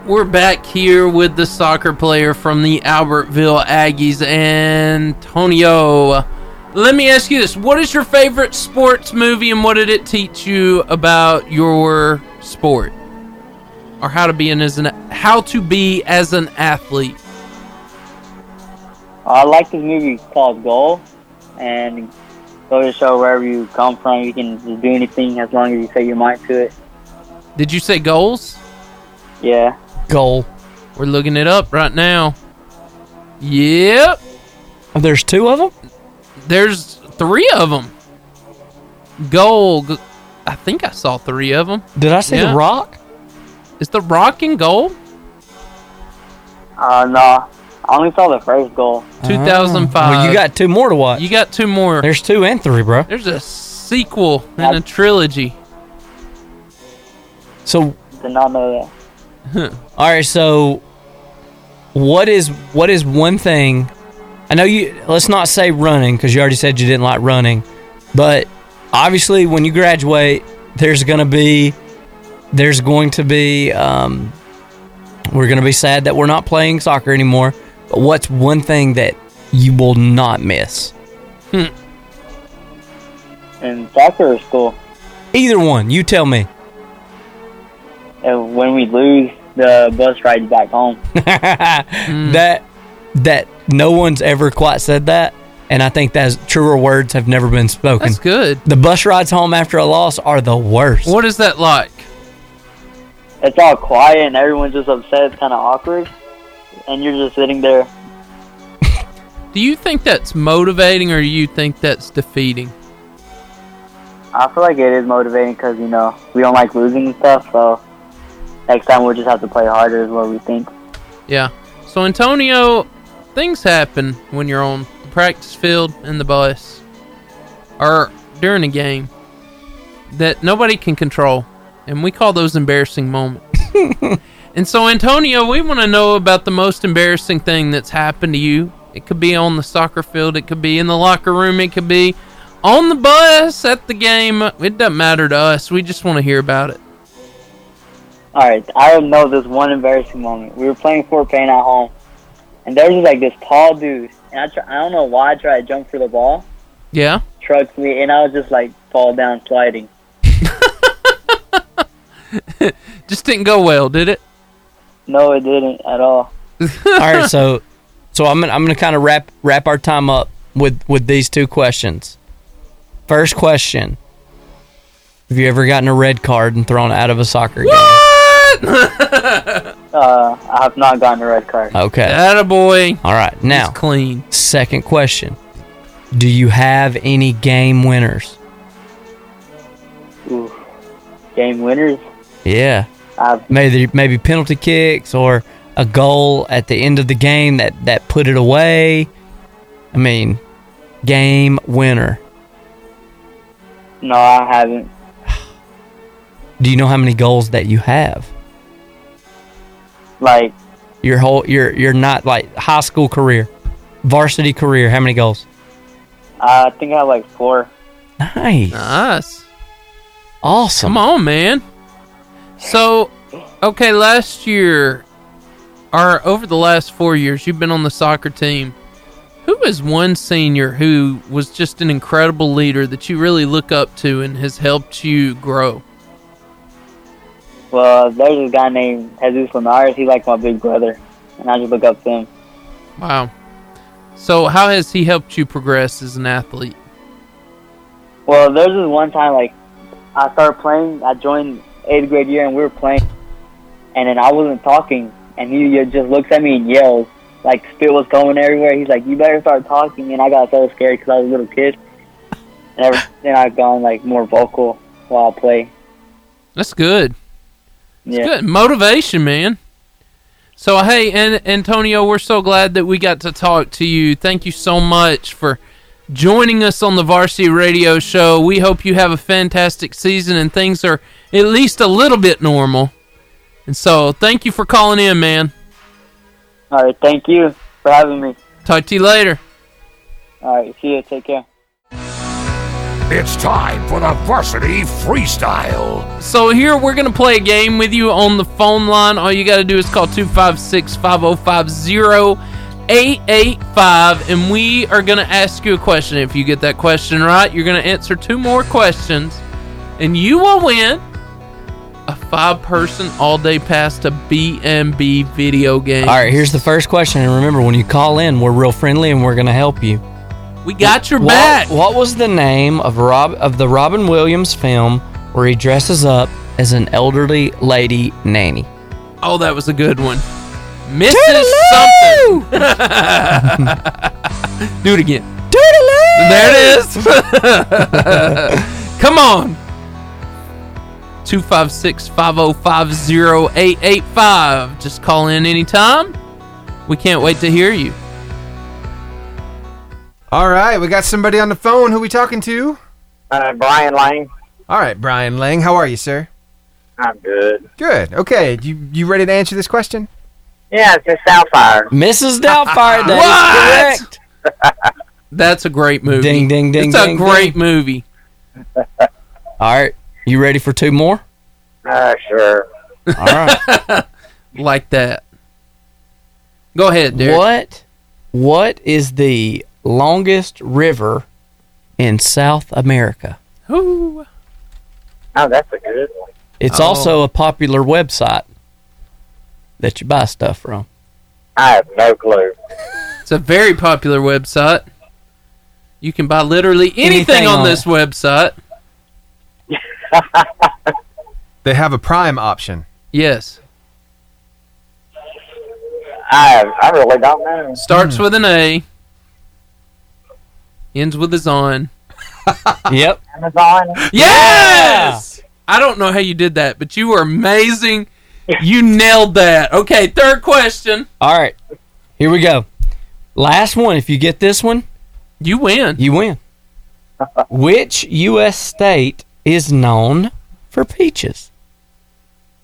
Speaker 9: we're back here with the soccer player from the Albertville Aggies, Antonio. Let me ask you this What is your favorite sports movie, and what did it teach you about your sport? Or how to be an as an how to be as an athlete.
Speaker 8: I like this movie called Goal, and go to show wherever you come from, you can just do anything as long as you set your mind to it.
Speaker 9: Did you say goals?
Speaker 8: Yeah.
Speaker 3: Goal.
Speaker 9: We're looking it up right now. Yep.
Speaker 3: Oh, There's two of them?
Speaker 9: There's three of them. Goal. g- I think I saw three of them.
Speaker 3: Did I see The Rock?
Speaker 9: Is The Rock in goal?
Speaker 8: Uh, no, I only saw the first goal.
Speaker 9: 2005.
Speaker 3: Oh. Well, you got two more to watch.
Speaker 9: You got two more.
Speaker 3: There's two and three, bro.
Speaker 9: There's a sequel and a trilogy.
Speaker 3: So
Speaker 8: Did not know that.
Speaker 3: All right, so what is what is one thing? I know you. Let's not say running because you already said you didn't like running, but obviously when you graduate, there's gonna be there's going to be um, we're gonna be sad that we're not playing soccer anymore. But what's one thing that you will not miss?
Speaker 8: In soccer or school,
Speaker 3: Either one, you tell me.
Speaker 8: and when we lose, the bus rides back home.
Speaker 9: Mm.
Speaker 3: that that no one's ever quite said that and i think that's truer words have never been spoken
Speaker 9: That's good.
Speaker 3: the bus rides home after a loss are the worst
Speaker 9: What is that like?
Speaker 8: It's all quiet and everyone's just upset. It's kind of awkward, and you're just sitting there.
Speaker 9: Do you think that's motivating or you think that's defeating?
Speaker 8: I feel like it is motivating because you know we don't like losing and stuff. So next time we'll just have to play harder, is what we think.
Speaker 9: Yeah. So Antonio, things happen when you're on the practice field and the bus, or during a game, that nobody can control, and we call those embarrassing moments. and so Antonio, we want to know about the most embarrassing thing that's happened to you. It could be on the soccer field, it could be in the locker room, it could be on the bus at the game. It doesn't matter to us. We just want to hear about it.
Speaker 8: All right, I know this one embarrassing moment. We were playing Fort Payne at home, and there was just, like this tall dude, and I try, I don't know why I tried to jump for the ball,
Speaker 9: Yeah.
Speaker 8: trucked me, and I was just like fall down sliding.
Speaker 9: Just didn't go well, did it?
Speaker 8: No, it didn't at all.
Speaker 3: all right
Speaker 9: [laughs]
Speaker 3: so so i'm gonna, I'm gonna kind of wrap wrap our time up with with these two questions first question have you ever gotten a red card and thrown out of a soccer
Speaker 8: Uh, I have not gotten a red card.
Speaker 3: game okay
Speaker 9: boy.
Speaker 3: all right now
Speaker 9: clean
Speaker 3: second question do you have any game winners
Speaker 8: Ooh. Game winners.
Speaker 3: yeah
Speaker 8: I
Speaker 3: maybe maybe penalty kicks or a goal at the end of the game that that put it away. I mean, game winner.
Speaker 8: No, I haven't.
Speaker 3: Do you know how many goals that you have?
Speaker 8: Like
Speaker 3: your whole your your not like high school career, varsity career. How many goals?
Speaker 8: Uh, I think I have like four.
Speaker 3: Nice.
Speaker 9: Nice.
Speaker 3: Awesome.
Speaker 9: Come on, man. So, okay, last year, or over the last four years, you've been on the soccer team. Who is one senior who was just an incredible leader that you really look up to and has helped you grow?
Speaker 8: Well, there's this guy named Jesus Linares. He's like my big brother, and I just look up to him.
Speaker 9: Wow. So, how has he helped you progress as an athlete?
Speaker 8: Well, there was this one time like I started playing. I joined eighth grade year, and we were playing, and then I wasn't talking, and he uh, just looks at me and yells like spit was going everywhere. He's like, "You better start talking," and I got so scared because I was a little kid. And ever then I've gone like more vocal while I play.
Speaker 9: That's good. That's
Speaker 8: Yeah.
Speaker 9: good. Motivation, man. So hey, and Antonio, we're so glad that we got to talk to you. Thank you so much for joining us on the Varsity Radio Show. We hope you have a fantastic season and things are at least a little bit normal. And so, thank you for calling in, man.
Speaker 8: All right, thank you for having me.
Speaker 9: Talk to you later.
Speaker 8: All right, see you. Take care.
Speaker 1: It's time for the varsity freestyle.
Speaker 9: So here we're gonna play a game with you on the phone line. All you gotta do is call 256-5050-885, and we are gonna ask you a question. If you get that question right, you're gonna answer two more questions, and you will win a five-person all-day pass to BMB video game.
Speaker 3: All right, here's the first question. And remember, when you call in, we're real friendly and we're going to help you.
Speaker 9: We got your
Speaker 3: What-
Speaker 9: back.
Speaker 3: What was the name of Rob of the Robin Williams film where he dresses up as an elderly lady nanny?
Speaker 9: Oh, that was a good one. Mrs. Something. [laughs] Do it again.
Speaker 3: Toodaloo!
Speaker 9: There it
Speaker 3: [laughs]
Speaker 9: is. [laughs] Come on. 256 505 0885. Just call in anytime. We can't wait to hear you.
Speaker 5: All right, we got somebody on the phone. Who we talking to?
Speaker 13: Uh, Brian Lang.
Speaker 5: All right, Brian Lang. How are you, sir?
Speaker 13: I'm good.
Speaker 5: Good. Okay, you you ready to answer this question?
Speaker 13: Yeah, it's Miss Doubtfire.
Speaker 3: Mrs. Doubtfire, that is correct.
Speaker 9: [laughs] That's a great movie.
Speaker 3: Ding, ding, ding,
Speaker 9: It's a
Speaker 3: ding,
Speaker 9: great
Speaker 3: ding.
Speaker 9: movie.
Speaker 3: All right, you ready for two more?
Speaker 13: Uh, sure.
Speaker 3: All right.
Speaker 9: like that. Go ahead, Derek.
Speaker 3: What what is the longest river in South America?
Speaker 9: Ooh.
Speaker 13: Oh, that's a good one.
Speaker 3: It's
Speaker 13: Oh.
Speaker 3: also a popular website that you buy stuff
Speaker 9: [laughs]
Speaker 3: from.
Speaker 13: I have no clue.
Speaker 9: It's a very popular website. You can buy literally anything,
Speaker 5: Anything
Speaker 9: on
Speaker 5: on
Speaker 9: this website.
Speaker 5: They have a prime option.
Speaker 9: Yes.
Speaker 13: I I really don't know.
Speaker 9: Starts
Speaker 3: Hmm.
Speaker 9: with an A. Ends with
Speaker 3: [laughs]
Speaker 9: a Zon.
Speaker 3: yep.
Speaker 13: Amazon.
Speaker 9: Yes! I don't know how you did that, but you were amazing. You nailed that. Okay, third question.
Speaker 3: All right. Here we go. Last one. If you get this one,
Speaker 9: you win.
Speaker 3: You win. Which U.S. state is known for peaches?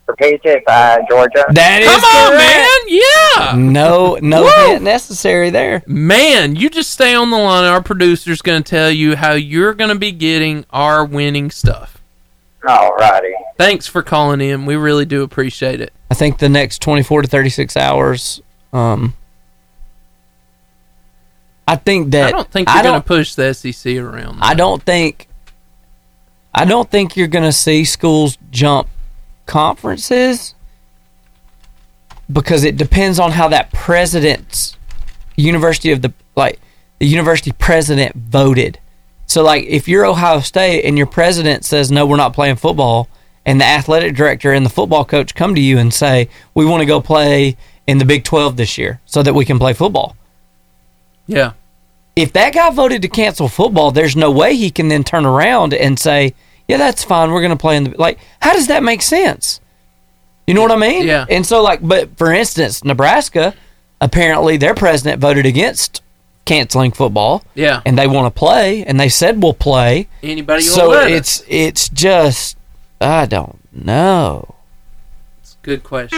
Speaker 13: For PHF, uh, Georgia.
Speaker 3: That is
Speaker 9: Come on, man. Yeah.
Speaker 3: No, no
Speaker 9: Woo!
Speaker 3: hint necessary there.
Speaker 9: Man, you just stay on the line. Our producer's going to tell you how you're going to be getting our winning stuff.
Speaker 13: Alrighty.
Speaker 9: Thanks for calling in. We really do appreciate it.
Speaker 3: I think the next 24 to 36 hours. Um, I think that
Speaker 9: I don't think you're
Speaker 3: I
Speaker 9: going
Speaker 3: don't,
Speaker 9: to push the SEC around.
Speaker 3: I don't think. I don't think you're going to see schools jump conferences because it depends on how that president's university of the like the university president voted. So like if you're Ohio State and your president says no, we're not playing football, and the athletic director and the football coach come to you and say we want to go play in the Big 12 this year so that we can play football.
Speaker 9: Yeah.
Speaker 3: If that guy voted to cancel football, there's no way he can then turn around and say, "Yeah, that's fine. We're going to play in the like." How does that make sense? You know what I mean? Yeah. And so, like, but for instance, Nebraska, apparently their president voted against canceling football.
Speaker 9: Yeah.
Speaker 3: And they want to play, and they said we'll play.
Speaker 9: Anybody you
Speaker 3: So
Speaker 9: wanna let
Speaker 3: it's it's just I don't know.
Speaker 9: Good question.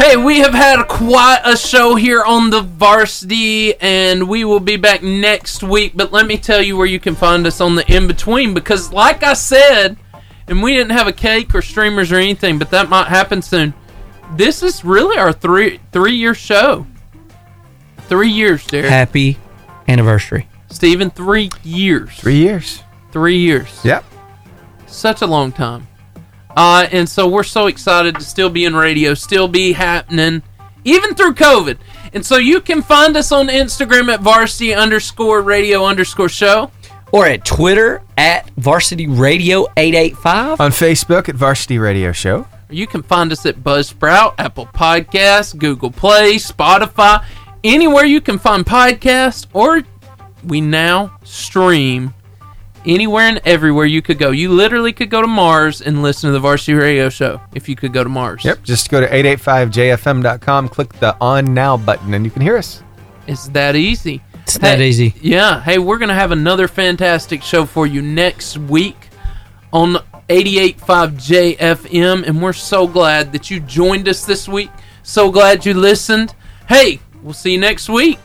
Speaker 9: Hey, we have had quite a show here on the varsity, and we will be back next week. But let me tell you where you can find us on the in between because, like I said, and we didn't have a cake or streamers or anything, but that might happen soon. This is really our three three year show. Three years, Derek.
Speaker 3: Happy anniversary.
Speaker 9: Steven, three years.
Speaker 5: Three years.
Speaker 9: Three years.
Speaker 5: Yep.
Speaker 9: Such a long time. Uh, and so we're so excited to still be in radio, still be happening, even through COVID. And so you can find us on Instagram at varsity underscore radio underscore show.
Speaker 3: Or at Twitter at Varsity Radio 885.
Speaker 5: On Facebook at Varsity Radio Show.
Speaker 9: You can find us at Buzzsprout, Apple Podcasts, Google Play, Spotify, anywhere you can find podcasts, or we now stream anywhere and everywhere you could go. You literally could go to Mars and listen to the Varsity Radio Show if you could go to Mars.
Speaker 5: Yep. Just go to 885jfm.com, click the on now button, and you can hear us.
Speaker 9: It's that easy. It's
Speaker 5: that easy.
Speaker 9: Yeah. Hey, we're going to have another fantastic show for you next week on 88.5 JFM. And we're so glad that you joined us this week. So glad you listened. Hey, we'll see you next week.